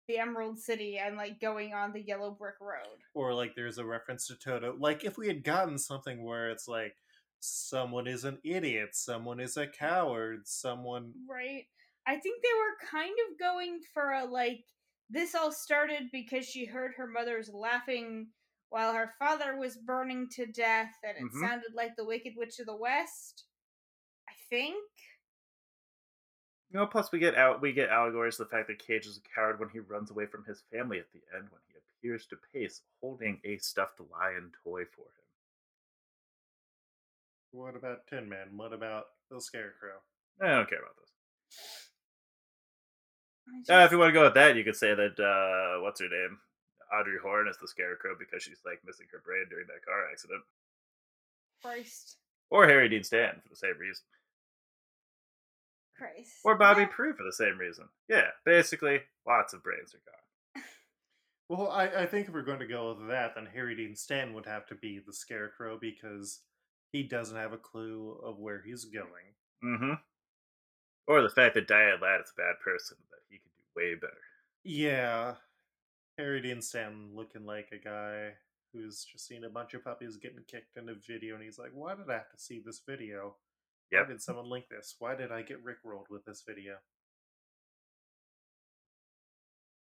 Speaker 9: the Emerald City and like going on the yellow brick road.
Speaker 7: Or like there's a reference to Toto. Like if we had gotten something where it's like someone is an idiot, someone is a coward, someone
Speaker 9: Right. I think they were kind of going for a like this all started because she heard her mother's laughing while her father was burning to death and it
Speaker 8: Mhm.
Speaker 9: sounded like the Wicked Witch of the West. I think.
Speaker 8: You know, plus we get out we get allegories of the fact that Cage is a coward when he runs away from his family at the end when he appears to Pace holding a stuffed lion toy for him.
Speaker 7: What about Tin Man? What about the Scarecrow?
Speaker 8: I don't care about those.
Speaker 9: I
Speaker 8: Uh, if
Speaker 9: just-
Speaker 8: you want to go with that, you could say that uh, what's her name, Audrey Horne is the Scarecrow because she's like missing her brain during that car accident,
Speaker 9: Christ.
Speaker 8: or Harry Dean Stanton for the same reason,
Speaker 9: Christ.
Speaker 8: or Bobby
Speaker 9: Yeah.
Speaker 8: Prue for the same reason. Yeah, basically, lots of brains are gone.
Speaker 7: Well, I, I think if we're going to go with that, then Harry Dean Stanton would have to be the Scarecrow because he doesn't have a clue of where he's going.
Speaker 8: Mm-hmm. Or the fact that Diane Ladd is a bad person that he could do way better.
Speaker 7: Yeah, Harry Dean Stanton looking like a guy who's just seen a bunch of puppies getting kicked in a video, and he's like, "Why did I have to see this video?
Speaker 8: Yep.
Speaker 7: Why did someone link this? Why did I get rickrolled with this video?"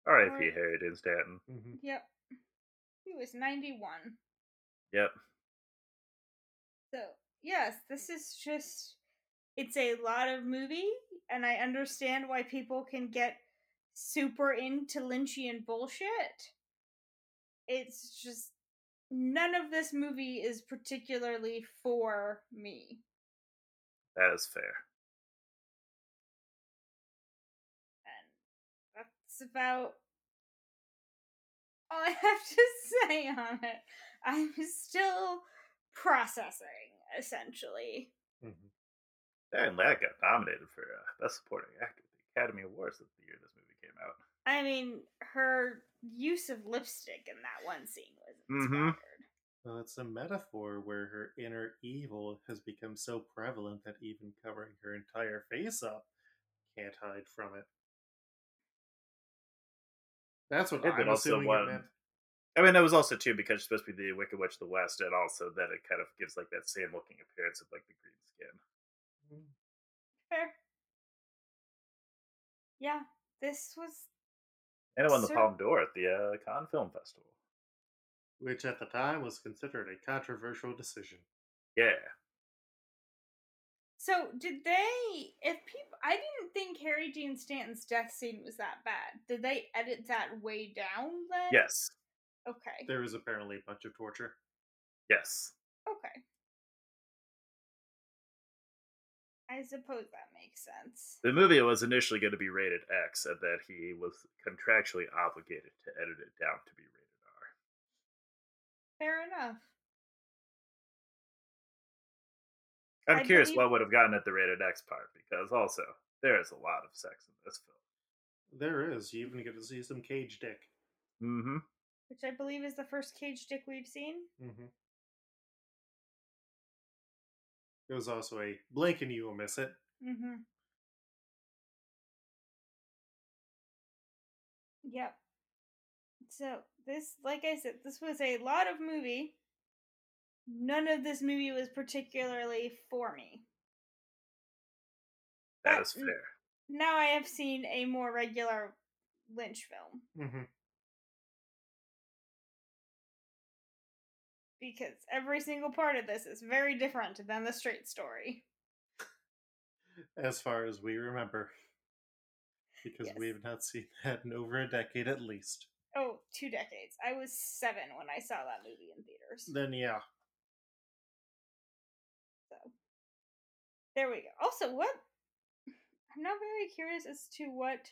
Speaker 8: R.I.P. Harry Dean Stanton.
Speaker 9: Yep. He was 91.
Speaker 8: Yep.
Speaker 9: So, yes, this is just it's a lot of movie and I understand why people can get super into Lynchian bullshit. It's just none of this movie is particularly for me.
Speaker 8: That is fair.
Speaker 9: And that's about all I have to say on it. I'm still processing, essentially.
Speaker 7: Mm-hmm.
Speaker 8: Darren Ladd got nominated for uh, Best Supporting Actor at the Academy Awards the year this movie came out.
Speaker 9: I mean, her use of lipstick in that one scene was
Speaker 8: Mhm.
Speaker 9: inspired.
Speaker 7: Well, it's a metaphor where her inner evil has become so prevalent that even covering her entire face up can't hide from it. That's what
Speaker 8: And then
Speaker 7: I'm
Speaker 8: also
Speaker 7: assuming
Speaker 8: one-
Speaker 7: it meant.
Speaker 8: I mean, that was also too because she's supposed to be the Wicked Witch of the West, and also that it kind of gives like that same looking appearance of like the green skin.
Speaker 9: Fair. Yeah, this was
Speaker 8: And it won the
Speaker 9: Sir-
Speaker 8: Palme d'Or at the uh, Cannes Film Festival.
Speaker 7: Which at the time was considered a controversial decision.
Speaker 8: Yeah,
Speaker 9: so. Did they? If people, I didn't think Harry Dean Stanton's death scene was that bad. Did they edit that way down then?
Speaker 8: yes,
Speaker 9: Okay.
Speaker 7: There was apparently a bunch of torture.
Speaker 8: yes.
Speaker 9: Okay. I suppose that makes sense.
Speaker 8: The movie was initially going to be rated X, and then he was contractually obligated to edit it down to be rated R.
Speaker 9: Fair enough.
Speaker 8: I'm
Speaker 9: I
Speaker 8: curious
Speaker 9: believe-
Speaker 8: what would have gotten at the rated X part because also there is a lot of sex in this film.
Speaker 7: There is. You even get to see some cage dick.
Speaker 8: Mm-hmm.
Speaker 9: Which I believe is the first cage dick we've seen.
Speaker 7: Mm-hmm. There was also a blink and you will miss it.
Speaker 9: Mm-hmm. Yep. So this, like I said, this was a lot of movie. None of this movie was particularly for me.
Speaker 8: That
Speaker 9: But
Speaker 8: is
Speaker 9: n-
Speaker 8: fair.
Speaker 9: Now I have seen a more regular Lynch film
Speaker 7: Mm-hmm.
Speaker 9: because every single part of this is very different than the straight story.
Speaker 7: as far as we remember. Because we
Speaker 9: Yes.
Speaker 7: have not seen that in over a decade at least.
Speaker 9: Oh, two decades. I was seven when I saw that movie in theaters.
Speaker 7: Then, yeah.
Speaker 9: There we go. Also, what I'm now very curious as to what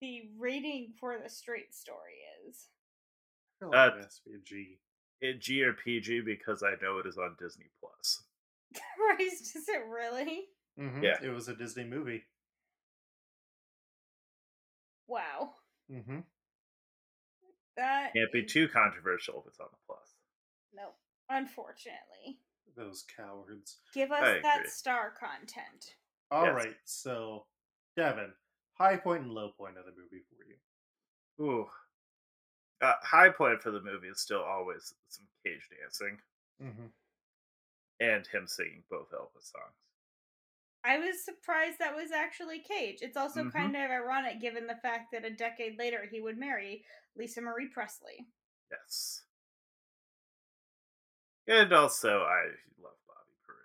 Speaker 9: the rating for the straight story is.
Speaker 7: Hell,
Speaker 8: Uh,
Speaker 7: it has to be a G.
Speaker 8: It G or PG because I know it is on Disney Plus.
Speaker 9: Christ, is it really?
Speaker 7: Mhm,
Speaker 8: yeah.
Speaker 7: It was a Disney movie.
Speaker 9: Wow.
Speaker 7: Mm-hmm.
Speaker 9: That
Speaker 8: Can't be
Speaker 9: is-
Speaker 8: too controversial if it's on the plus.
Speaker 9: No, unfortunately.
Speaker 7: Those cowards.
Speaker 9: Give us
Speaker 8: I
Speaker 9: that
Speaker 8: agree.
Speaker 9: star content.
Speaker 7: All right,
Speaker 8: Yes.
Speaker 7: so, Devin, high point and low point of the movie for you.
Speaker 8: Ooh. Uh, high point for the movie is still always some cage dancing
Speaker 7: Mm-hmm.
Speaker 8: and him singing both Elvis songs.
Speaker 9: I was surprised that was actually Cage. It's also
Speaker 8: Mhm.
Speaker 9: kind of ironic given the fact that a decade later he would marry Lisa Marie Presley.
Speaker 8: Yes. And also, I love Bobby Peru.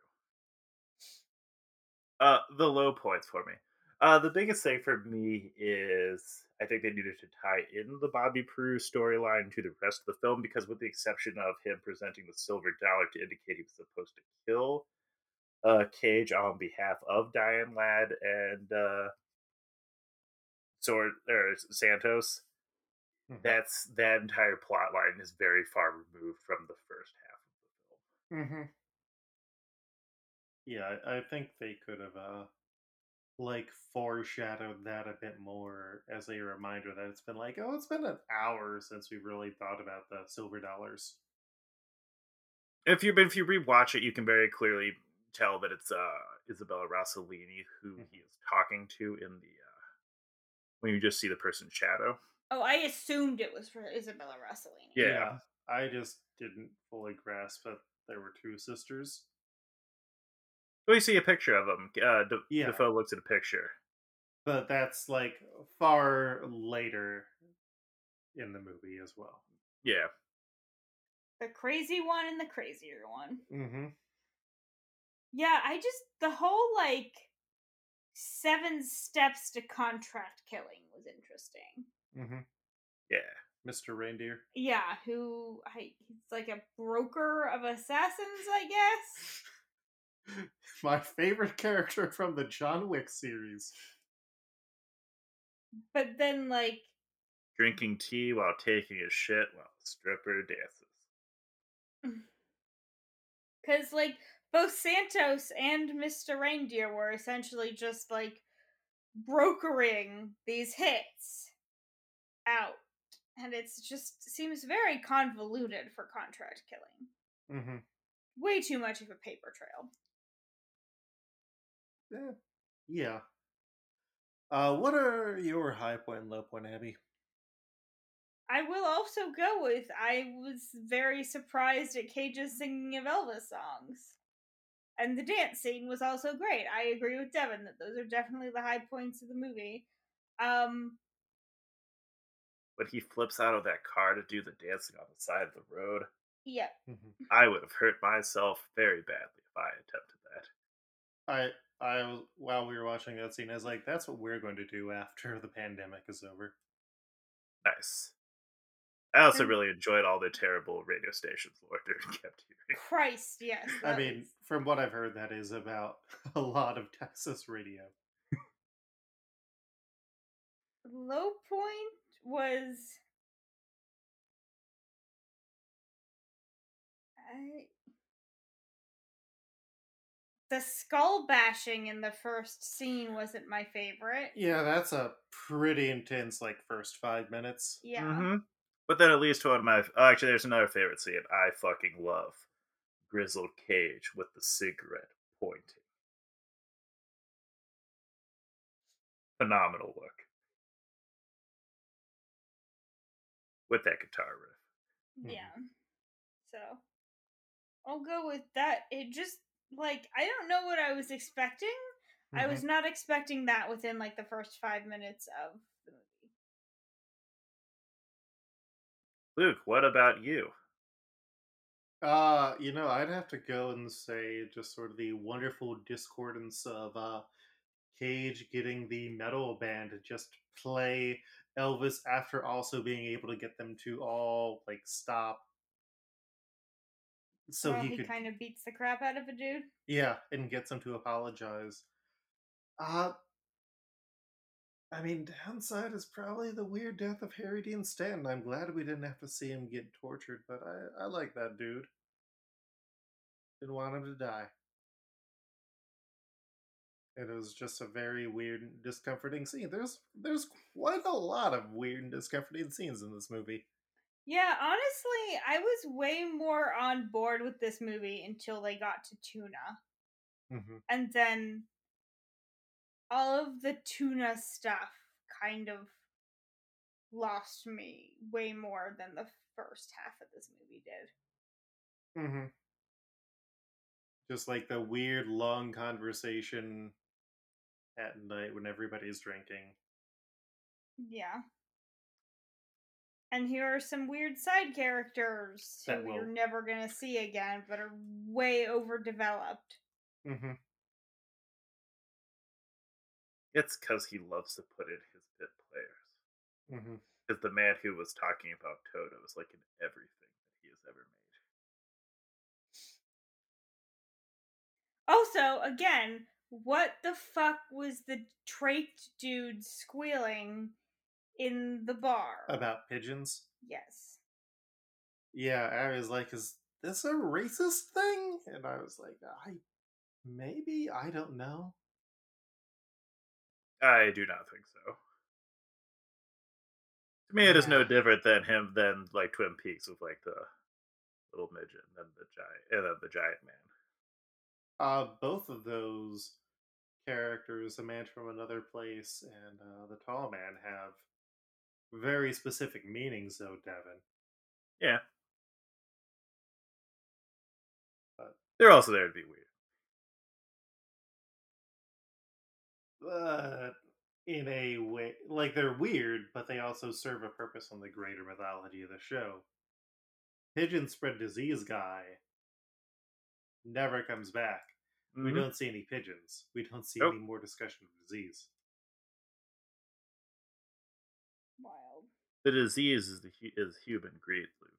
Speaker 8: Uh, the low points for me. Uh, the biggest thing for me is I think they needed to tie in the Bobby Peru storyline to the rest of the film because, with the exception of him presenting the silver dollar to indicate he was supposed to kill uh, Cage on behalf of Diane Ladd and uh, Sor- or Santos, that's that entire plot line is very far removed from the first half of the film.
Speaker 7: Mm-hmm. Yeah, I, I think they could have, uh, like, foreshadowed that a bit more as a reminder that it's been like, oh, it's been an hour since we really thought about the silver dollars.
Speaker 8: If you if you rewatch it, you can very clearly tell that it's uh Isabella Rossellini who he is talking to in the uh when you just see the person's shadow.
Speaker 9: Oh, I assumed it was for Isabella Rossellini.
Speaker 8: Yeah.
Speaker 7: I just didn't fully grasp that there were two sisters.
Speaker 8: Well, you see a picture of him. Uh, De-
Speaker 7: Yeah.
Speaker 8: Defoe looks at a picture.
Speaker 7: But that's like far later in the movie as well.
Speaker 8: Yeah.
Speaker 9: The crazy one and the crazier one.
Speaker 7: Mm-hmm.
Speaker 9: Yeah, I just the whole like seven steps to contract killing was interesting.
Speaker 7: Mm-hmm.
Speaker 8: Yeah.
Speaker 7: Mr. Reindeer.
Speaker 9: Yeah, who I he's like a broker of assassins, I guess.
Speaker 7: My favorite character from the John Wick series.
Speaker 9: But then like
Speaker 8: Drinking tea while taking a shit while the stripper dances.
Speaker 9: Because, like, both Santos and Mr. Reindeer were essentially just, like, brokering these hits out. And it's just seems very convoluted for contract killing.
Speaker 7: Mm-hmm.
Speaker 9: Way too much of a paper trail.
Speaker 7: Yeah. Uh, what are your high point and low point, Abby?
Speaker 9: I will also go with I was very surprised at Cage's singing of Elvis songs. And the dance scene was also great. I agree with Devin that those are definitely the high points of the movie. Um,
Speaker 8: But he flips out of that car to do the dancing on the side of the road.
Speaker 9: yeah,
Speaker 7: Mm-hmm.
Speaker 8: I would have hurt myself very badly if I attempted that.
Speaker 7: I I was- while we were watching that scene, I was like, "That's what we're going to do after the pandemic is over."
Speaker 8: Nice. I also
Speaker 9: And-
Speaker 8: really enjoyed all the terrible radio stations Lord Dern kept hearing.
Speaker 9: Christ, yes.
Speaker 7: I
Speaker 9: that
Speaker 7: mean,
Speaker 9: was-
Speaker 7: from what I've heard, that is about a lot of Texas radio.
Speaker 9: low point was I the skull bashing in the first scene wasn't my favorite.
Speaker 7: Yeah, that's a pretty intense, like first five minutes.
Speaker 9: Yeah.
Speaker 8: Mhm. But then at least one of my oh, actually, there's another favorite scene I fucking love: Grizzled Cage with the cigarette pointing. Phenomenal look with that guitar riff.
Speaker 7: Mm-hmm.
Speaker 9: Yeah. So I'll go with that. It just like I don't know what I was expecting.
Speaker 7: Mm-hmm.
Speaker 9: I was not expecting that within like the first 5 minutes of the movie.
Speaker 8: Luke, what about you?
Speaker 7: Uh, you know, I'd have to go and say just sort of the wonderful discordance of uh Cage getting the metal band to just play Elvis after also being able to get them to all like stop. So
Speaker 9: well,
Speaker 7: he,
Speaker 9: he
Speaker 7: could
Speaker 9: kind of beats the crap out of a dude.
Speaker 7: Yeah, and gets them to apologize. Uh I mean, downside is probably the weird death of Harry Dean Stanton. I'm glad we didn't have to see him get tortured, but I, I like that dude. Didn't want him to die. It was just a very weird, and discomforting scene. There's there's quite a lot of weird and discomforting scenes in this movie.
Speaker 9: Yeah, honestly, I was way more on board with this movie until they got to Tuna.
Speaker 7: Mm-hmm.
Speaker 9: And then all of the Tuna stuff kind of lost me way more than the first half of this movie did.
Speaker 7: Mm-hmm. Just like the weird long conversation at night when everybody's drinking.
Speaker 9: Yeah. And here are some weird side characters
Speaker 7: That
Speaker 9: who you're
Speaker 7: will-
Speaker 9: never going to see again, but are way overdeveloped.
Speaker 7: Mm-hmm.
Speaker 8: It's because he loves to put in his bit players.
Speaker 7: Mm-hmm.
Speaker 8: Because the man who was talking about Toto is like in everything that he has ever made.
Speaker 9: Also, again, what the fuck was the traked dude squealing in the bar?
Speaker 7: About pigeons.
Speaker 9: yes.
Speaker 7: Yeah, I was like, is this a racist thing? And I was like, I maybe I don't know.
Speaker 8: I do not think so. To me, it is no
Speaker 7: Yeah.
Speaker 8: different than him than like Twin Peaks with like the little midget and then the giant and then the giant man.
Speaker 7: Uh, both of those characters, the man from another place and uh, the tall man, have very specific meanings, though, Devin.
Speaker 8: Yeah, they're also there to be weird.
Speaker 7: but in a way like they're weird, but they also serve a purpose in the greater mythology of the show. Pigeon spread disease guy never comes back. We
Speaker 8: Mhm.
Speaker 7: don't see any pigeons. We don't see
Speaker 8: Nope.
Speaker 7: any more discussion of disease.
Speaker 9: Wild.
Speaker 8: The disease is the hu- is human greed, Luke,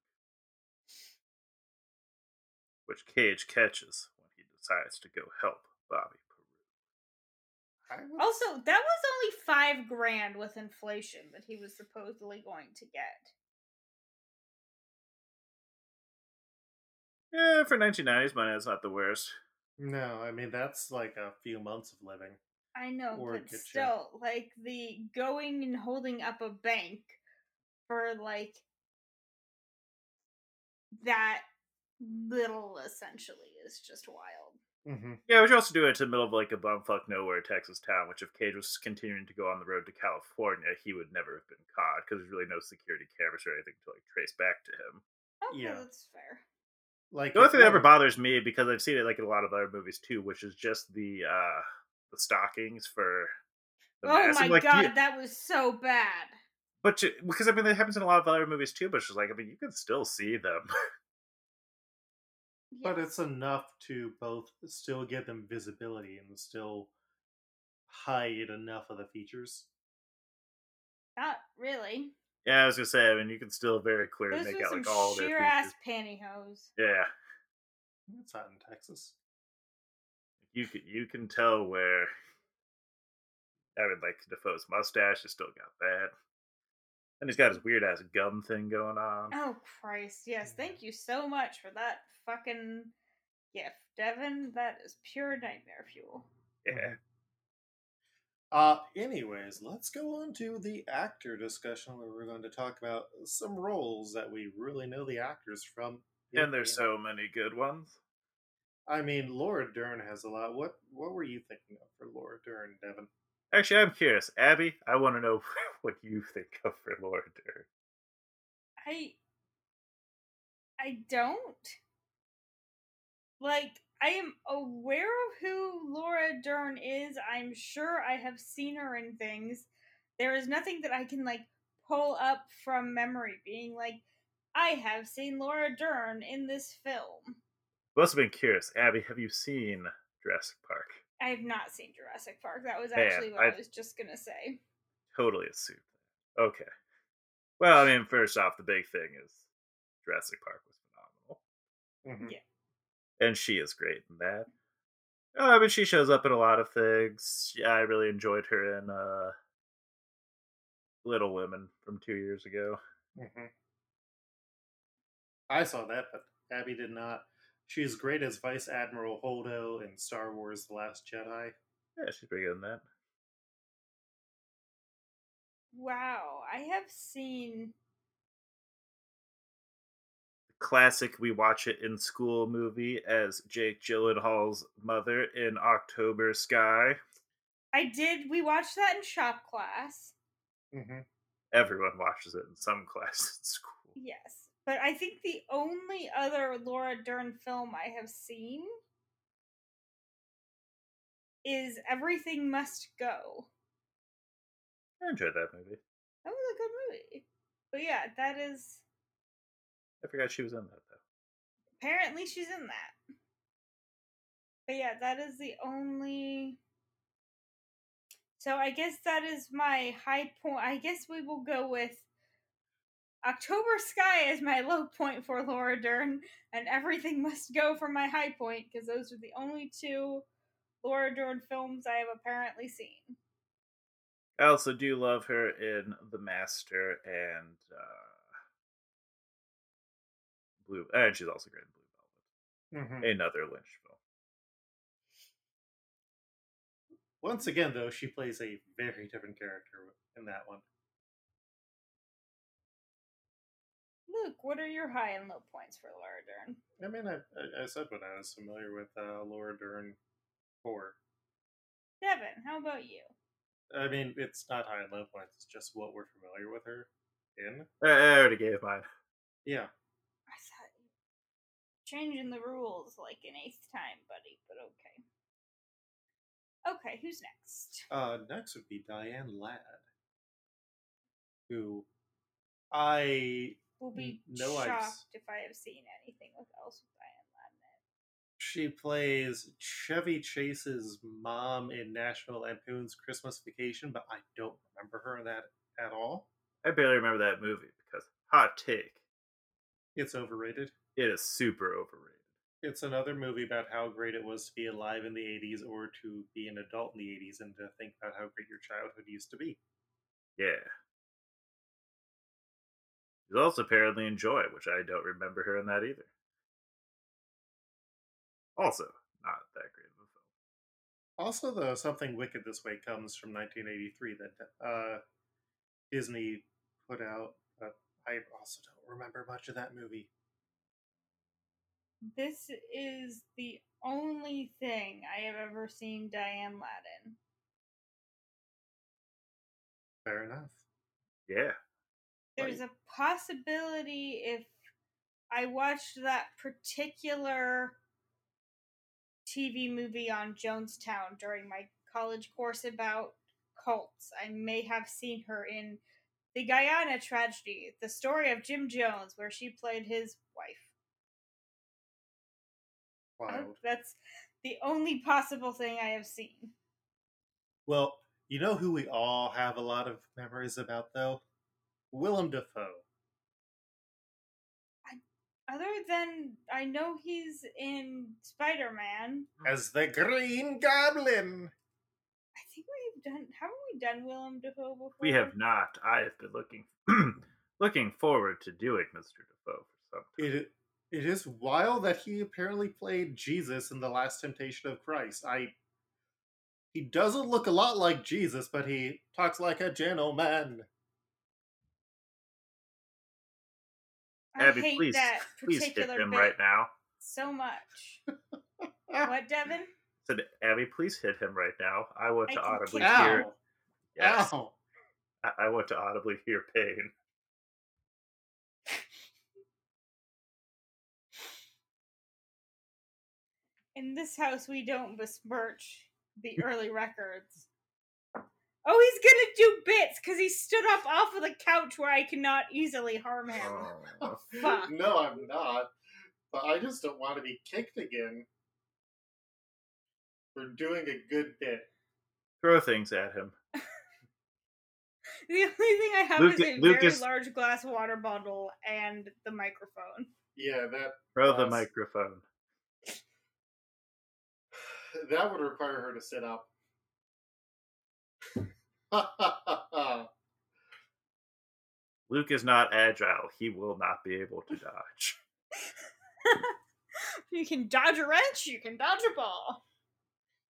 Speaker 8: which Cage catches when he decides to go help Bobby Peru.
Speaker 9: Also, that was only five grand with inflation that he was supposedly going to get.
Speaker 8: Yeah, Eh, for 1990s money, that's not the worst.
Speaker 7: No, I mean that's like a few months of living.
Speaker 9: I know,
Speaker 7: Or
Speaker 9: but
Speaker 7: get ya.
Speaker 9: still, like the going and holding up a bank for like that little essentially is just wild.
Speaker 7: Mm-hmm.
Speaker 8: Yeah, which also do it to the middle of like a bumfuck nowhere Texas town, which if Cage was continuing to go on the road to California, he would never have been caught because there's really no security cameras or anything to like trace back to him.
Speaker 9: Okay,
Speaker 7: Yeah.
Speaker 9: that's fair.
Speaker 7: Like
Speaker 8: The only
Speaker 7: if
Speaker 8: thing that ever
Speaker 7: one-
Speaker 8: bothers me because I've seen it like in a lot of other movies too, which is just the uh the stockings for the
Speaker 9: oh
Speaker 8: mask.
Speaker 9: my
Speaker 8: I'm like,
Speaker 9: god,
Speaker 8: you-
Speaker 9: that was so bad.
Speaker 8: but you- because I mean that happens in a lot of other movies too, but it's just like I mean you can still see them.
Speaker 7: but
Speaker 9: Yeah.
Speaker 7: it's enough to both still give them visibility and still hide enough of the features.
Speaker 9: not really.
Speaker 8: yeah, I was gonna say, I mean you can still very clearly
Speaker 9: Those
Speaker 8: make
Speaker 9: were
Speaker 8: out
Speaker 9: some
Speaker 8: like all their
Speaker 9: sheer
Speaker 8: features.
Speaker 9: ass pantyhose.
Speaker 8: Yeah.
Speaker 7: It's not in Texas.
Speaker 8: You can you can tell where I mean like Defoe's mustache has still got that. And he's got his weird ass gum thing going on.
Speaker 9: Oh Christ, yes. Thank you so much for that fucking gift, Devin. That is pure nightmare fuel.
Speaker 8: Yeah.
Speaker 7: Uh, anyways, let's go on to the actor discussion where we're going to talk about some roles that we really know the actors from.
Speaker 8: And there's so many good ones.
Speaker 7: I mean, Laura Dern has a lot. What What were you thinking of for Laura Dern, Devin?
Speaker 8: Actually, I'm curious, Abby. I want to know what you think of for Laura Dern.
Speaker 9: I I don't like I am aware of who Laura Dern is. I'm sure I have seen her in things. There is nothing that I can like pull up from memory being like I have seen Laura Dern in this film.
Speaker 8: I've also been curious, Abby. Have you seen Jurassic Park?
Speaker 9: I have not seen Jurassic Park. That was
Speaker 8: Man,
Speaker 9: actually what
Speaker 8: I've-
Speaker 9: I was just gonna say.
Speaker 8: Totally assumed. that. Okay. Well, I mean, first off, the big thing is Jurassic Park was phenomenal.
Speaker 7: Mhm.
Speaker 9: Yeah.
Speaker 8: and she is great in that. Uh, I mean, she shows up in a lot of things. Yeah, I really enjoyed her in uh, Little Women from two years ago.
Speaker 7: Mm-hmm. I saw that, but Abby did not. She's great as Vice Admiral Holdo in Star Wars: The Last Jedi.
Speaker 8: Yeah, she's pretty good in that.
Speaker 9: Wow, I have seen
Speaker 8: Classic, we watch it in school movie as Jake Gyllenhaal's mother in October Sky.
Speaker 9: I did we watched that in shop class.
Speaker 7: Mm-hmm.
Speaker 8: Everyone watches it in some class in school.
Speaker 9: Yes. But I think the only other Laura Dern film I have seen is Everything Must Go.
Speaker 8: I enjoyed that movie.
Speaker 9: That was a good movie. But yeah, that is
Speaker 8: I forgot she was in that though.
Speaker 9: apparently she's in that. But yeah, that is the only So I guess that is my high point. I guess we will go with October Sky as my low point for Laura Dern, and Everything Must Go for my high point because those are the only two Laura Dern films I have apparently seen.
Speaker 8: I also do love her in The Master and uh, Blue, and she's also great in Blue Velvet.
Speaker 7: Mm-hmm.
Speaker 8: another Lynch film.
Speaker 7: Once again, though, she plays a very different character in that one.
Speaker 9: Luke, what are your high and low points for Laura Dern?
Speaker 7: I mean, I, I- I said what I was familiar with uh, Laura Dern for.
Speaker 9: Devin, how about you?
Speaker 7: I mean, it's not high and low points. It's just what we're familiar with her in.
Speaker 8: I, I already gave mine.
Speaker 7: Yeah.
Speaker 9: I thought changing the rules like an eighth time, buddy, but okay. Okay, who's next?
Speaker 7: Uh, next would be Diane Ladd, who I
Speaker 9: Will be
Speaker 7: No, I've
Speaker 9: shocked
Speaker 7: s-
Speaker 9: if I have seen anything with else with Diane Ladd in it.
Speaker 7: she plays Chevy Chase's mom in National Lampoon's Christmas Vacation, but I don't remember her in that at all.
Speaker 8: I barely remember that movie because hot take,
Speaker 7: It's overrated.
Speaker 8: it is super overrated.
Speaker 7: It's another movie about how great it was to be alive in the 80s or to be an adult in the 80s and to think about how great your childhood used to be.
Speaker 8: Yeah. She's also apparently in Joy, which I don't remember her in that either. Also, not that great of a film.
Speaker 7: Also, though, Something Wicked This Way comes from 1983 that uh, Disney put out, but I also don't remember much of that movie.
Speaker 9: This is the only thing I have ever seen Diane Ladd in.
Speaker 7: Fair enough.
Speaker 8: Yeah.
Speaker 9: There's a possibility if I watched that particular TV movie on Jonestown during my college course about cults, I may have seen her in the Guyana tragedy, the story of Jim Jones, where she played his wife.
Speaker 7: Wild.
Speaker 9: That's the only possible thing I have seen.
Speaker 7: Well, you know who we all have a lot of memories about, though? Willem Dafoe.
Speaker 9: Other than I know he's in Spider Man.
Speaker 7: As the Green Goblin!
Speaker 9: I think we've done. Haven't we done Willem Dafoe before?
Speaker 8: We have not. I have been looking looking forward to doing Mr. Defoe for some time.
Speaker 7: It it is wild that he apparently played Jesus in the Last Temptation of Christ. I he doesn't look a lot like Jesus, but he talks like a gentleman.
Speaker 9: I
Speaker 8: Abby,
Speaker 9: hate
Speaker 8: please,
Speaker 9: that
Speaker 8: please hit
Speaker 9: particular
Speaker 8: him
Speaker 9: bit
Speaker 8: right now.
Speaker 9: so much. what, Devin?
Speaker 8: Said Abby, please hit him right now. I want
Speaker 9: I
Speaker 8: to
Speaker 9: can
Speaker 8: audibly
Speaker 9: kick him.
Speaker 8: hear.
Speaker 7: Ow!
Speaker 8: Yes,
Speaker 7: Ow!
Speaker 8: I, I want to audibly hear pain.
Speaker 9: In this house, we don't besmirch the early records. Oh, he's gonna do bits because he stood up off of the couch where I cannot easily harm him.
Speaker 8: Oh.
Speaker 9: Fuck.
Speaker 7: No, I'm not. But I just don't want to be kicked again for doing a good bit.
Speaker 8: Throw things at him.
Speaker 9: The only thing I have
Speaker 8: Lucas-
Speaker 9: is a
Speaker 8: Lucas-
Speaker 9: very large glass water bottle and the microphone.
Speaker 7: Yeah, that
Speaker 8: Throw the
Speaker 7: Us.
Speaker 8: microphone.
Speaker 7: that would require her to sit up.
Speaker 8: Luke is not agile. He will not be able to dodge.
Speaker 9: You can dodge a wrench, you can dodge a ball.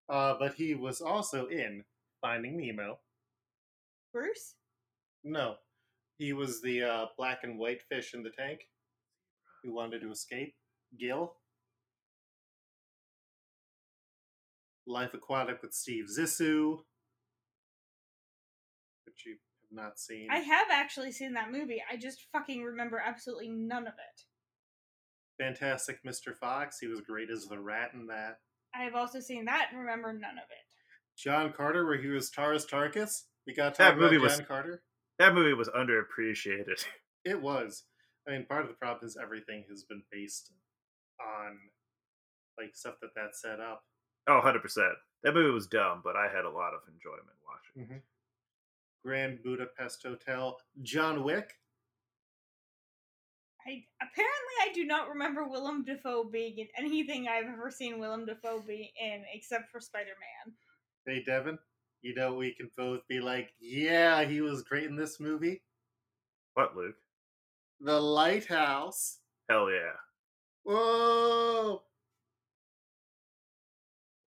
Speaker 7: uh, but he was also in Finding Nemo.
Speaker 9: Bruce?
Speaker 7: No, he was the uh, black and white fish in the tank who wanted to escape. Gil. Life Aquatic with Steve Zissou, which you have not seen.
Speaker 8: Mm.
Speaker 9: I have actually seen that movie. I just fucking remember absolutely none of it.
Speaker 7: Fantastic Mr. Fox. He was great as the rat in that.
Speaker 9: I have also seen that and remember none of it.
Speaker 7: John Carter, where he was Taurus Tarkus. We got to
Speaker 8: That
Speaker 7: talk about
Speaker 8: movie
Speaker 7: John
Speaker 8: was-
Speaker 7: Carter.
Speaker 8: That movie was underappreciated.
Speaker 7: It was. I mean, part of the problem is everything has been based on like stuff that that set up.
Speaker 8: Oh, 100%. That movie was dumb, but I had a lot of enjoyment watching.
Speaker 9: Mm-hmm.
Speaker 8: it.
Speaker 7: Grand Budapest Hotel, John Wick.
Speaker 9: I apparently I do not remember Willem Dafoe being in anything I've ever seen Willem Dafoe be in except for Spider Man.
Speaker 7: Hey, Devin, you know we can both be like, yeah, he was great in this movie.
Speaker 8: What, Luke?
Speaker 7: The Lighthouse.
Speaker 8: Hell yeah.
Speaker 7: Whoa!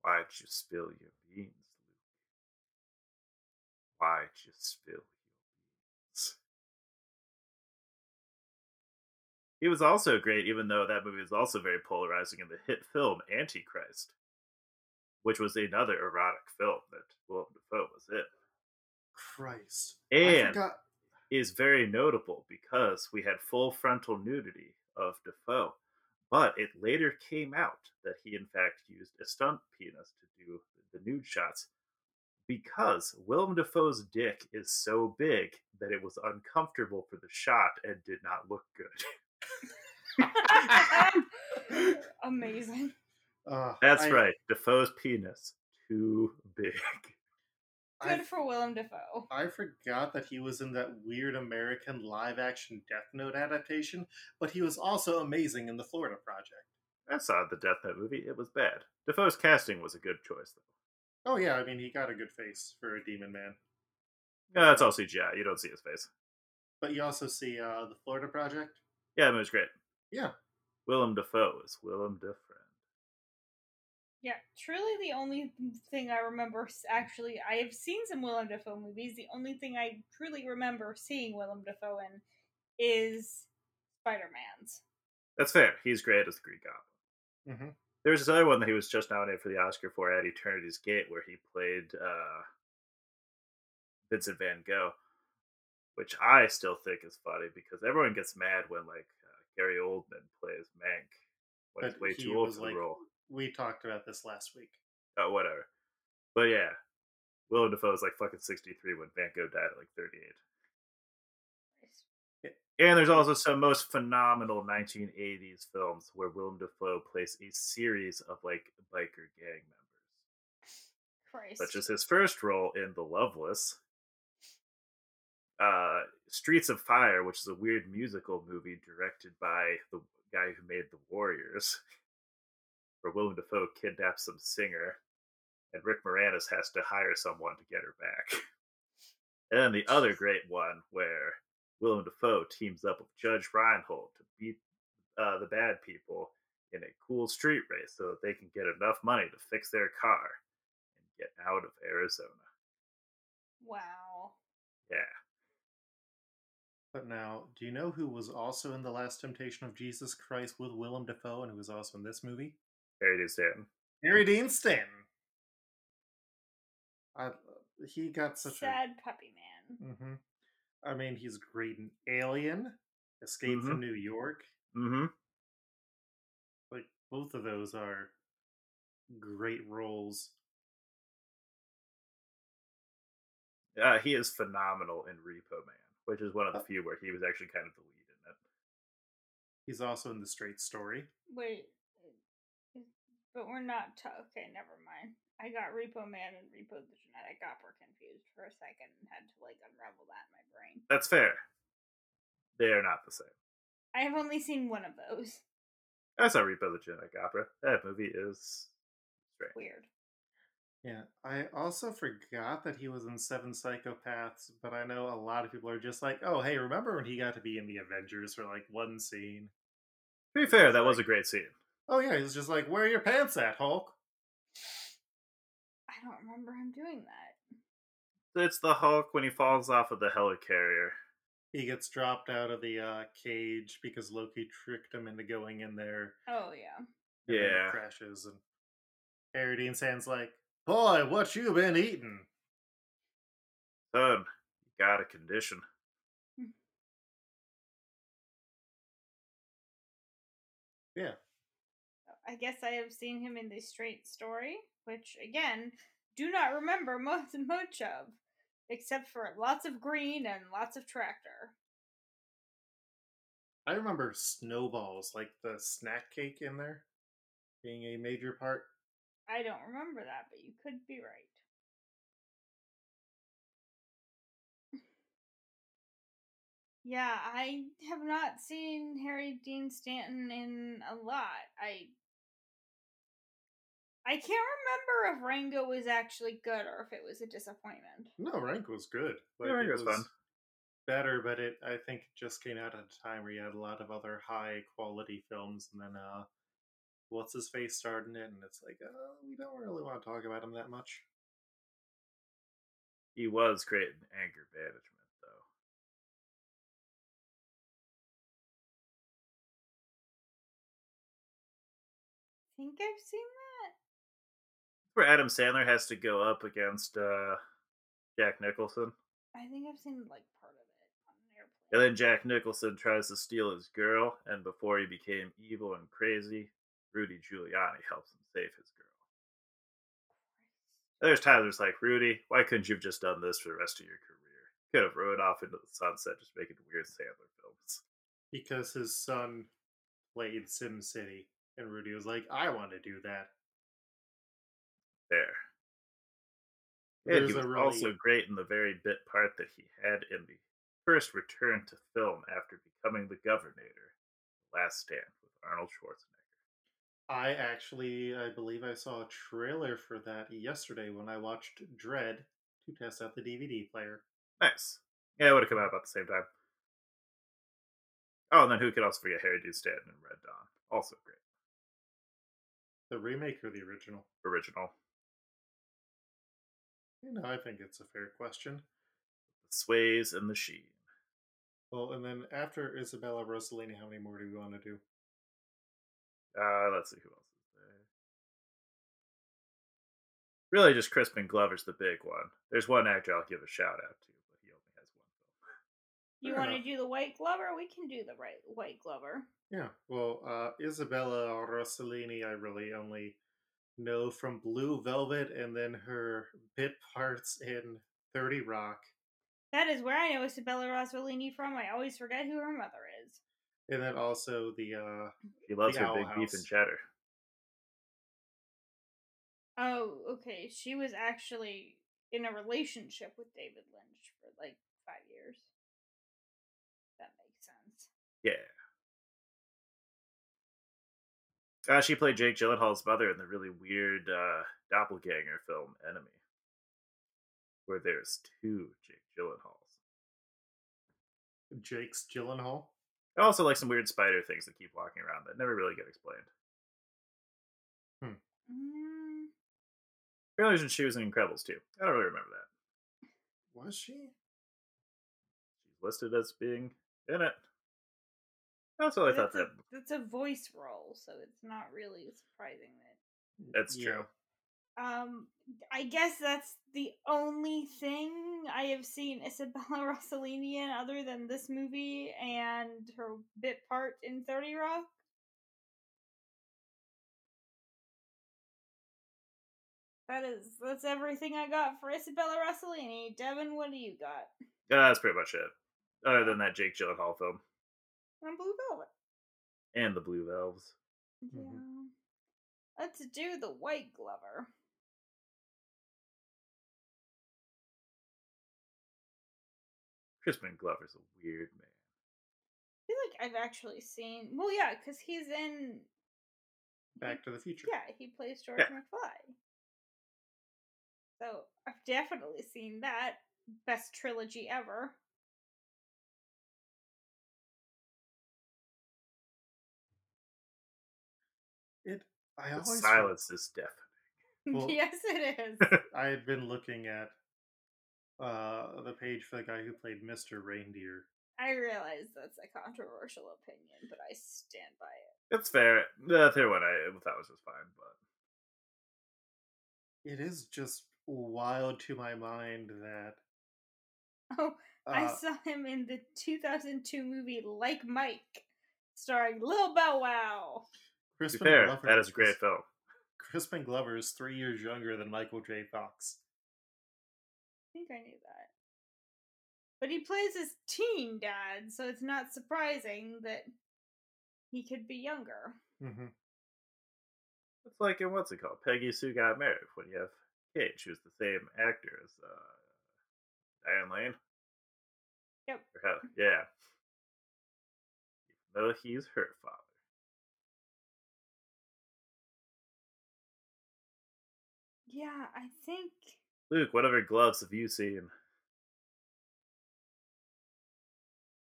Speaker 8: Why'd you spill your beans, Luke? Why'd you spill your beans? He was also great, even though that movie was also very polarizing in the hit film Antichrist, which was another erotic film that Willem Dafoe was in.
Speaker 7: Christ. I
Speaker 8: And-
Speaker 7: forgot.
Speaker 8: is very notable because we had full frontal nudity of Defoe, but it later came out that he in fact used a stunt penis to do the nude shots because Willem Dafoe's dick is so big that it was uncomfortable for the shot and did not look good.
Speaker 9: Amazing.
Speaker 5: Ugh,
Speaker 8: That's
Speaker 5: I-
Speaker 8: right, Dafoe's penis too big.
Speaker 9: Good
Speaker 7: I,
Speaker 9: for Willem Dafoe.
Speaker 7: I forgot that he was in that weird American live action Death Note adaptation, but he was also amazing in the Florida Project.
Speaker 8: I saw the Death Note movie; it was bad. Dafoe's casting was a good choice, though.
Speaker 7: Oh yeah, I mean he got a good face for a demon man.
Speaker 8: Yeah, it's all CGI; you don't see his face.
Speaker 7: But you also see uh, the Florida Project.
Speaker 8: Yeah, it was great.
Speaker 7: Yeah.
Speaker 8: Willem Dafoe is Willem Dafoe.
Speaker 9: Yeah, truly the only thing I remember s- actually, I have seen some Willem Dafoe movies. The only thing I truly remember seeing Willem Dafoe in is Spider Man's.
Speaker 8: That's fair. He's great as the Green Goblin.
Speaker 7: Mhm.
Speaker 8: There's this other one that he was just nominated for the Oscar for at Eternity's Gate, where he played uh, Vincent Van Gogh, which I still think is funny because everyone gets mad when like uh, Gary Oldman plays Mank when he's
Speaker 7: But
Speaker 8: way
Speaker 7: he
Speaker 8: too old
Speaker 7: was,
Speaker 8: for the
Speaker 7: like-
Speaker 8: role.
Speaker 7: We talked about this last week.
Speaker 8: Oh, whatever. But yeah, Willem Dafoe was like fucking 63 when Van Gogh died at like 38. And there's also some most phenomenal 1980s films where Willem Dafoe plays a series of like biker gang members,
Speaker 9: Christ.
Speaker 8: such as his first role in The Loveless, uh, Streets of Fire, which is a weird musical movie directed by the guy who made The Warriors, where Willem Dafoe kidnaps some singer, and Rick Moranis has to hire someone to get her back. And then the other great one where Willem Dafoe teams up with Judge Reinhold to beat uh, the bad people in a cool street race so that they can get enough money to fix their car and get out of Arizona.
Speaker 9: wow.
Speaker 8: Yeah.
Speaker 7: But now, do you know who was also in the Last Temptation of Jesus Christ with Willem Dafoe, and who was also in this movie?
Speaker 8: There it is, Dan.
Speaker 7: Harry Dean Stanton. I, he got such
Speaker 9: Sad puppy man.
Speaker 7: a. hmm I mean, he's great in Alien, Escape from New York.
Speaker 8: Mm-hmm.
Speaker 7: Like both of those are great roles.
Speaker 8: Uh, he is phenomenal in Repo Man, which is
Speaker 7: Uh
Speaker 8: one of the few where he was actually kind of the lead in it.
Speaker 7: He's also in The Straight Story.
Speaker 9: Wait. eh, But we're not. ta okay, never mind. I got Repo Man and Repo the Genetic Opera confused for a second and had to, like, unravel that in my brain.
Speaker 8: That's fair. They are not the same.
Speaker 9: I have only seen one of those.
Speaker 8: I saw Repo the Genetic Opera. That movie is strange.
Speaker 9: Weird.
Speaker 7: Yeah, I also forgot that he was in Seven Psychopaths, but I know a lot of people are just like, "Oh, hey, remember when he got to be in the Avengers for like one scene?"
Speaker 8: To be fair, that was a great scene.
Speaker 7: Oh yeah, he's just like, "Where are your pants at, Hulk?"
Speaker 9: I don't remember him doing that.
Speaker 8: It's the Hulk when he falls off of the helicarrier.
Speaker 7: He gets dropped out of the uh, cage because Loki tricked him into going in there.
Speaker 9: Oh, yeah.
Speaker 7: and then it
Speaker 8: Yeah.
Speaker 7: crashes and Harry Dean Stanton's like, "Boy, what you been eating?"
Speaker 8: Son, you got a condition.
Speaker 9: I guess I have seen him in the Straight Story, which again, do not remember much, much of, except for lots of green and lots of tractor.
Speaker 7: I remember snowballs, like the snack cake in there, being a major part.
Speaker 9: I don't remember that, but you could be right. Yeah, I have not seen Harry Dean Stanton in a lot. I I can't remember if Rango was actually good or if it was a disappointment.
Speaker 7: No, Rank was good.
Speaker 8: Yeah, Rank was fun.
Speaker 7: Better, but it I think just came out at a time where you had a lot of other high quality films, and then uh, what's his face starred in it, and it's like uh, we don't really want to talk about him that much.
Speaker 8: He was great in anger management, though.
Speaker 9: I think I've seen that.
Speaker 8: Where Adam Sandler has to go up against uh, Jack Nicholson.
Speaker 9: I think I've seen like part of it on an airplane.
Speaker 8: And then Jack Nicholson tries to steal his girl, and before he became evil and crazy, Rudy Giuliani helps him save his girl. There's times where it's like, Rudy, why couldn't you have just done this for the rest of your career? Could have rode off into the sunset just making weird Sandler films.
Speaker 7: because his son played Sim City, and Rudy was like, "I want to do that."
Speaker 8: There. And he was also great in the very bit part that he had in the first return to film after becoming the governor, Last Stand with Arnold Schwarzenegger.
Speaker 7: I actually, I believe I saw a trailer for that yesterday when I watched Dread to test out the DVD player.
Speaker 8: Nice. Yeah, it would have come out about the same time. Oh, and then who could also forget Harry Dean Stanton and Red Dawn? Also great.
Speaker 7: The remake or the original?
Speaker 8: Original.
Speaker 7: You know, I think it's a fair question.
Speaker 8: The Sways and the Sheen.
Speaker 7: Well, and then after Isabella Rossellini, how many more do we want to do?
Speaker 8: Uh, let's see who else is there. Really, just Crispin Glover's the big one. There's one actor I'll give a shout out to, but he only has one film.
Speaker 9: You
Speaker 7: Fair
Speaker 9: want to
Speaker 7: enough.
Speaker 9: do the white glover? We can do the right white glover.
Speaker 7: Yeah, well, uh, Isabella Rossellini, I really only know from Blue Velvet and then her bit parts in 30 Rock.
Speaker 9: That is where I know Isabella Rossellini from. I always forget who her mother is.
Speaker 7: And then also the, uh,
Speaker 8: He loves
Speaker 7: The
Speaker 8: her
Speaker 7: Owl
Speaker 8: big beef
Speaker 7: House.
Speaker 8: and cheddar.
Speaker 9: Oh, okay. She was actually in a relationship with David Lynch for like five years. That makes sense.
Speaker 8: Yeah. Uh, she played Jake Gyllenhaal's mother in the really weird uh, doppelganger film Enemy, where there's two Jake Gyllenhaals.
Speaker 7: Jake's Gyllenhaal.
Speaker 8: And also, like some weird spider things that keep walking around that never really get explained.
Speaker 9: Mm,
Speaker 8: Apparently, when she was in Incredibles too. I don't really remember that.
Speaker 7: Was she?
Speaker 8: She's listed as being in it. That's what I thought
Speaker 9: that's, a,
Speaker 8: that.
Speaker 9: that's a voice role, so it's not really surprising that
Speaker 8: That's true.
Speaker 9: Um, I guess that's the only thing I have seen Isabella Rossellini in other than this movie and her bit part in 30 Rock. That is that's everything I got for Isabella Rossellini. Devin, what do you got?
Speaker 8: Yeah, that's pretty much it. Other than that Jake Gyllenhaal film
Speaker 9: And Blue Velvet.
Speaker 8: and the Blue Valves.
Speaker 9: Yeah. Let's do the White Glover.
Speaker 8: Crispin Glover's a weird man.
Speaker 9: I feel like I've actually seen. Well, yeah, because he's in
Speaker 7: Back to the Future.
Speaker 9: Yeah, he plays George
Speaker 8: Yeah.
Speaker 9: McFly. So I've definitely seen that. Best trilogy ever.
Speaker 7: It. I
Speaker 8: The
Speaker 7: always
Speaker 8: silence is deafening.
Speaker 7: Well-
Speaker 9: yes, it is.
Speaker 7: I had been looking at uh the page for the guy who played Mr. Reindeer.
Speaker 9: I realize that's a controversial opinion, but I stand by it.
Speaker 8: It's fair. The third one I thought was just fine, but
Speaker 7: It is just wild to my mind that
Speaker 9: Oh, I
Speaker 7: uh,
Speaker 9: saw him in the 2002 movie Like Mike, starring Lil Bow Wow.
Speaker 8: to be
Speaker 7: Crispin
Speaker 8: fair,
Speaker 7: Glover
Speaker 8: that is a great
Speaker 7: is-
Speaker 8: film.
Speaker 7: Crispin Glover is three years younger than Michael J. Fox.
Speaker 9: I think I knew that. But he plays his teen dad, so it's not surprising that he could be younger.
Speaker 7: Mm-hmm.
Speaker 8: It's like in what's it called? Peggy Sue Got Married when you have Cage, who's the same actor as uh, Diane Lane.
Speaker 9: Yep.
Speaker 8: Or how, yeah. Even though he's her father.
Speaker 9: Yeah, I think
Speaker 8: Luke, what other gloves have you seen?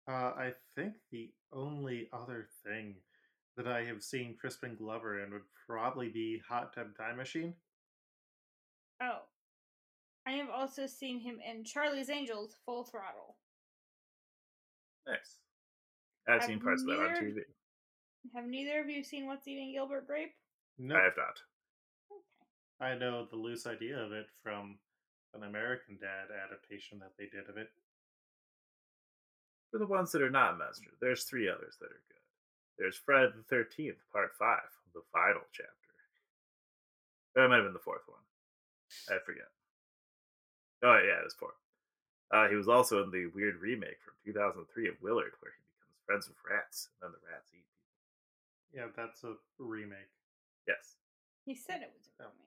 Speaker 7: Uh, I think the only other thing that I have seen Crispin Glover in would probably be Hot Tub Time Machine.
Speaker 9: Oh. I have also seen him in Charlie's Angels Full Throttle.
Speaker 8: Nice. I've
Speaker 9: Have
Speaker 8: seen parts of that on
Speaker 9: neither-
Speaker 8: TV.
Speaker 9: Have neither of you seen What's Eating Gilbert Grape?
Speaker 7: No,
Speaker 8: I have not.
Speaker 7: I know the loose idea of it from an American Dad adaptation that they did of it. Mm.
Speaker 8: For the ones that are not mastered, there's three others that are good. There's Friday the Thirteenth, Part Five, the final chapter. That might have been the fourth one. I forget. Oh yeah, it was four. Uh, he was also in the weird remake from 2003 of Willard, where he becomes friends with rats, and then the rats eat people.
Speaker 7: Yeah, that's a remake.
Speaker 8: Yes,
Speaker 9: He said it was a
Speaker 7: Oh.
Speaker 9: remake.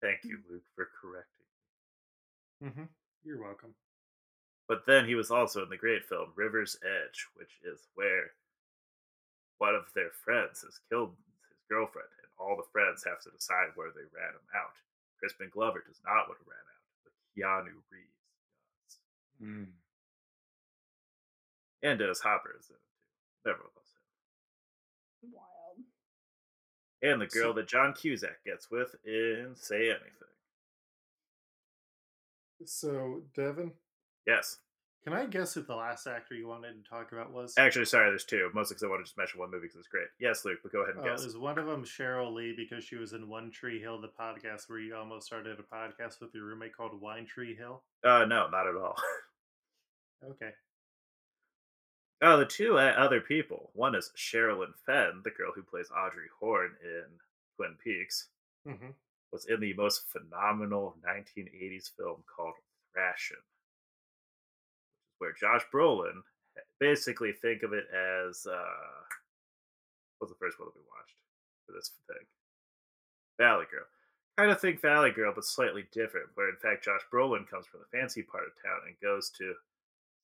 Speaker 8: thank you, Luke, for correcting.
Speaker 7: Mm-hmm. You're welcome.
Speaker 8: But then he was also in the great film River's Edge, which is where one of their friends has killed his girlfriend, and all the friends have to decide whether they rat him out. Crispin Glover does not want to rat out, but Keanu Reeves does. And Dennis Hopper is in it too. Everyone loves him.
Speaker 9: Wild.
Speaker 8: And the girl that John Cusack gets with in Say Anything.
Speaker 7: So, Devin,
Speaker 8: Yes.
Speaker 7: can I guess who the last actor you wanted to talk about was?
Speaker 8: Actually, sorry, there's two. Mostly because I want to just mention one movie because it's great. Yes, Luke, but go ahead and
Speaker 7: Uh,
Speaker 8: guess.
Speaker 7: is one of them Cheryl Lee because she was in One Tree Hill, the podcast where you almost started a podcast with your roommate called Wine Tree Hill?
Speaker 8: Uh, no, not at all.
Speaker 7: Okay.
Speaker 8: Oh, the two uh, other people. One is Sherilyn Fenn, the girl who plays Audrey Horn in Twin Peaks,
Speaker 7: Mm-hmm.
Speaker 8: was in the most phenomenal 1980s film called Thrashing, where Josh Brolin basically think of it as uh, what's the first one that we watched for this thing? Valley Girl. Kind of think Valley Girl, but slightly different. Where in fact Josh Brolin comes from the fancy part of town and goes to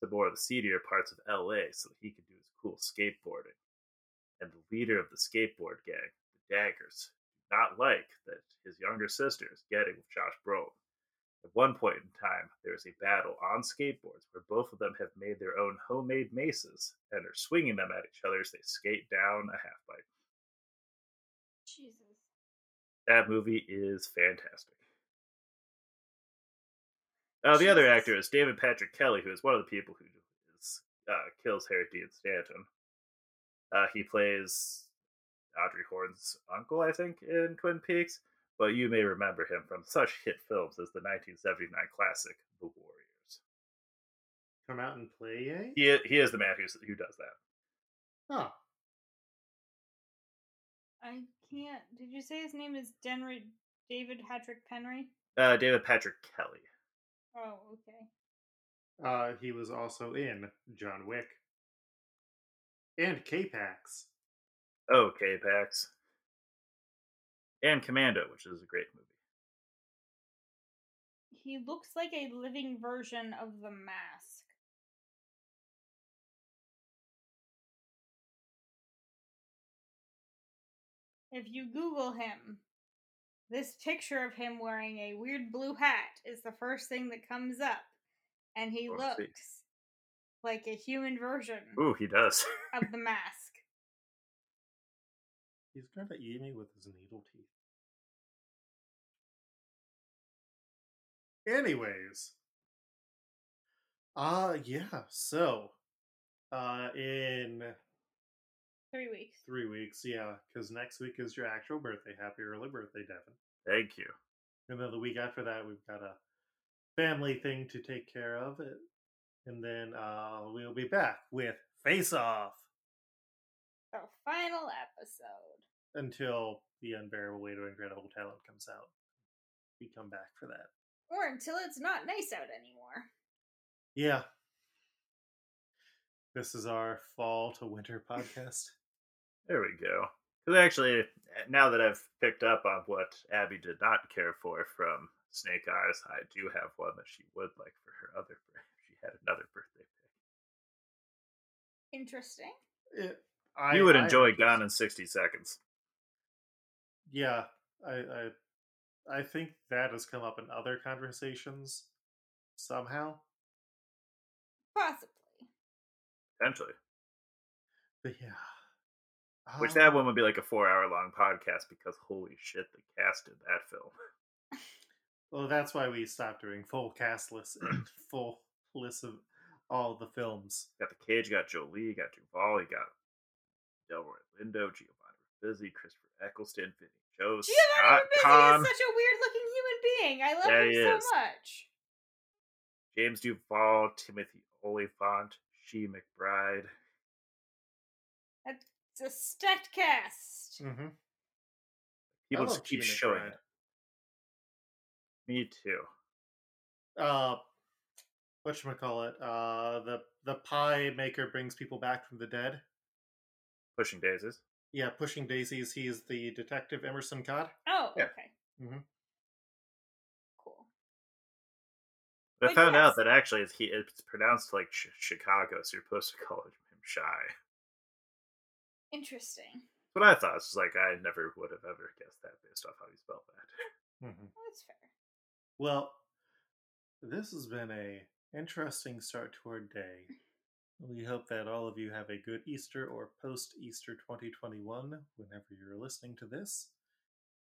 Speaker 8: the more of the seedier parts of LA so that he could do his cool skateboarding. And the leader of the skateboard gang, the Daggers, did not like that his younger sister is getting with Josh Brolin. At one point in time, there is a battle on skateboards where both of them have made their own homemade maces and are swinging them at each other as they skate down a half pipe.
Speaker 9: Jesus.
Speaker 8: That movie is fantastic. Uh, the other
Speaker 9: Jesus.
Speaker 8: actor is David Patrick Kelly, who is one of the people who is, uh, kills Harry Dean Stanton. Uh, he plays Audrey Horne's uncle, I think, in Twin Peaks, but you may remember him from such hit films as the 1979 classic The Warriors.
Speaker 7: Come out and play, eh?
Speaker 8: He i- he is the man who's, who does that.
Speaker 7: Huh.
Speaker 9: I can't. Did you say his name is Denry David Patrick Penry?
Speaker 8: Uh, David Patrick Kelly.
Speaker 9: Oh, okay.
Speaker 7: Uh, he was also in John Wick and K-Pax.
Speaker 8: Okay, Pax. And Commando, which is a great movie.
Speaker 9: He looks like a living version of the mask. If you Google him, this picture of him wearing a weird blue hat is the first thing that comes up. And he
Speaker 8: Oh, I see.
Speaker 9: looks like a human version
Speaker 8: Ooh, he does.
Speaker 9: of the mask.
Speaker 7: He's gonna eat me with his needle teeth. Anyways. Uh yeah, so uh in
Speaker 9: Three weeks.
Speaker 7: three weeks, yeah, because next week is your actual birthday. Happy early birthday, Devin.
Speaker 8: Thank you.
Speaker 7: And then the week after that we've got a family thing to take care of. eh, And then uh we'll be back with face off.
Speaker 9: The final episode.
Speaker 7: until the unbearable weight of incredible talent comes out. We come back for that.
Speaker 9: Or until it's not nice out anymore.
Speaker 7: Yeah. This is our fall to winter podcast.
Speaker 8: There we go. 'Cause actually, eh, now that I've picked up on what Abby did not care for from Snake Eyes, I do have one that she would like for her other birthday. She had another birthday pick.
Speaker 9: Interesting.
Speaker 7: It, Eh, I,
Speaker 8: you would
Speaker 7: I
Speaker 8: enjoy
Speaker 7: just-
Speaker 8: Gone in 60 Seconds.
Speaker 7: Yeah, I, I, I think that has come up in other conversations somehow.
Speaker 9: Possibly.
Speaker 8: Potentially.
Speaker 7: But yeah,
Speaker 8: Which
Speaker 7: Um,
Speaker 8: that one would be like a four hour long podcast because holy shit, the cast in that film.
Speaker 7: Well, that's why we stopped doing full cast lists and full lists of all the films.
Speaker 8: Got the Cage, got Jolie, you got Duval, you got Delroy Lindo, Giovanni Ribisi, Christopher Eccleston, Vinny Joe, Scott
Speaker 9: Giovanni Ribisi
Speaker 8: Kahn,
Speaker 9: is such a weird looking human being. I love
Speaker 8: Yeah,
Speaker 9: him
Speaker 8: he
Speaker 9: so
Speaker 8: is.
Speaker 9: much.
Speaker 8: James Duval, Timothy Oliphant, She McBride.
Speaker 9: It's a stat cast.
Speaker 7: Mm-hmm.
Speaker 8: People
Speaker 7: I
Speaker 8: just
Speaker 7: love
Speaker 8: keep
Speaker 7: Keenan
Speaker 8: showing
Speaker 7: Bryan.
Speaker 8: it. Me too.
Speaker 7: uh whatchamacallit, uh the the pie maker brings people back from the dead.
Speaker 8: Pushing daisies.
Speaker 7: Yeah, pushing daisies, he is the detective Emerson Cod.
Speaker 9: Oh,
Speaker 8: Yeah.
Speaker 9: okay.
Speaker 7: Mhm.
Speaker 9: Cool.
Speaker 8: But
Speaker 9: But
Speaker 8: I found out
Speaker 9: yes.
Speaker 8: that actually it's, he, it's pronounced like ch- Chicago, so you're supposed to call him Shy.
Speaker 9: Interesting.
Speaker 8: But I thought it's just like I never would have ever guessed that based off how he spelled that.
Speaker 9: That's fair.
Speaker 7: Well, this has been a interesting start to our day. We hope that all of you have a good Easter or post Easter 2021 whenever you're listening to this.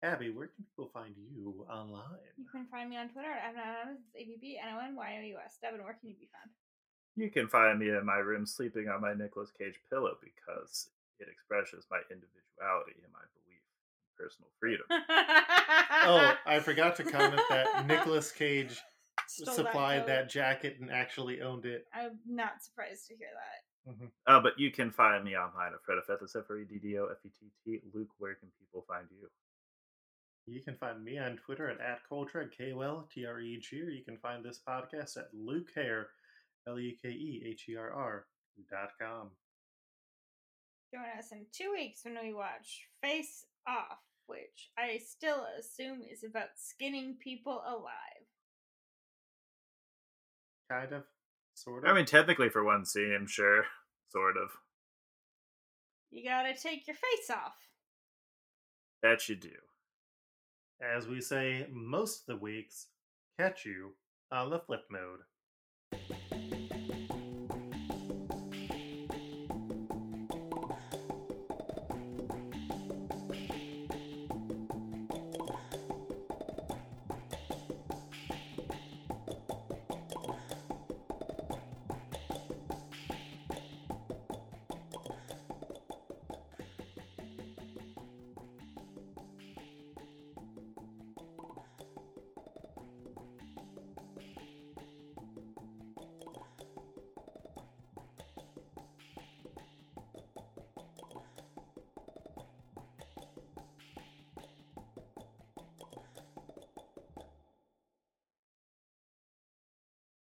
Speaker 7: Abby, where can people find you online?
Speaker 9: You can find me on Twitter at ABBNONYOUS. Devin, where can you be found?
Speaker 8: You can find me in my room sleeping on my Nicolas Cage pillow because it expresses my individuality and my belief in personal freedom.
Speaker 7: Oh, I forgot to comment that Nicolas Cage
Speaker 9: Stole
Speaker 7: supplied
Speaker 9: joke.
Speaker 7: that jacket and actually owned it.
Speaker 9: I'm not surprised to hear that.
Speaker 8: Uh, but you can find me online at Fred F. D-D-O, F-E-T-T. Luke, where can people find you?
Speaker 7: You can find me on Twitter at, at Coltreg, K O L T R E G, or you can find this podcast at Luke Hare, L U K E H E R R dot com.
Speaker 9: Join us in two weeks when we watch Face Off, which I still assume is about skinning people alive.
Speaker 7: Kind of, sort of.
Speaker 8: I mean, technically for one scene, sure. Sort of.
Speaker 9: You gotta take your face off.
Speaker 8: That you do.
Speaker 7: as we say most of the weeks, catch you on the flip mode.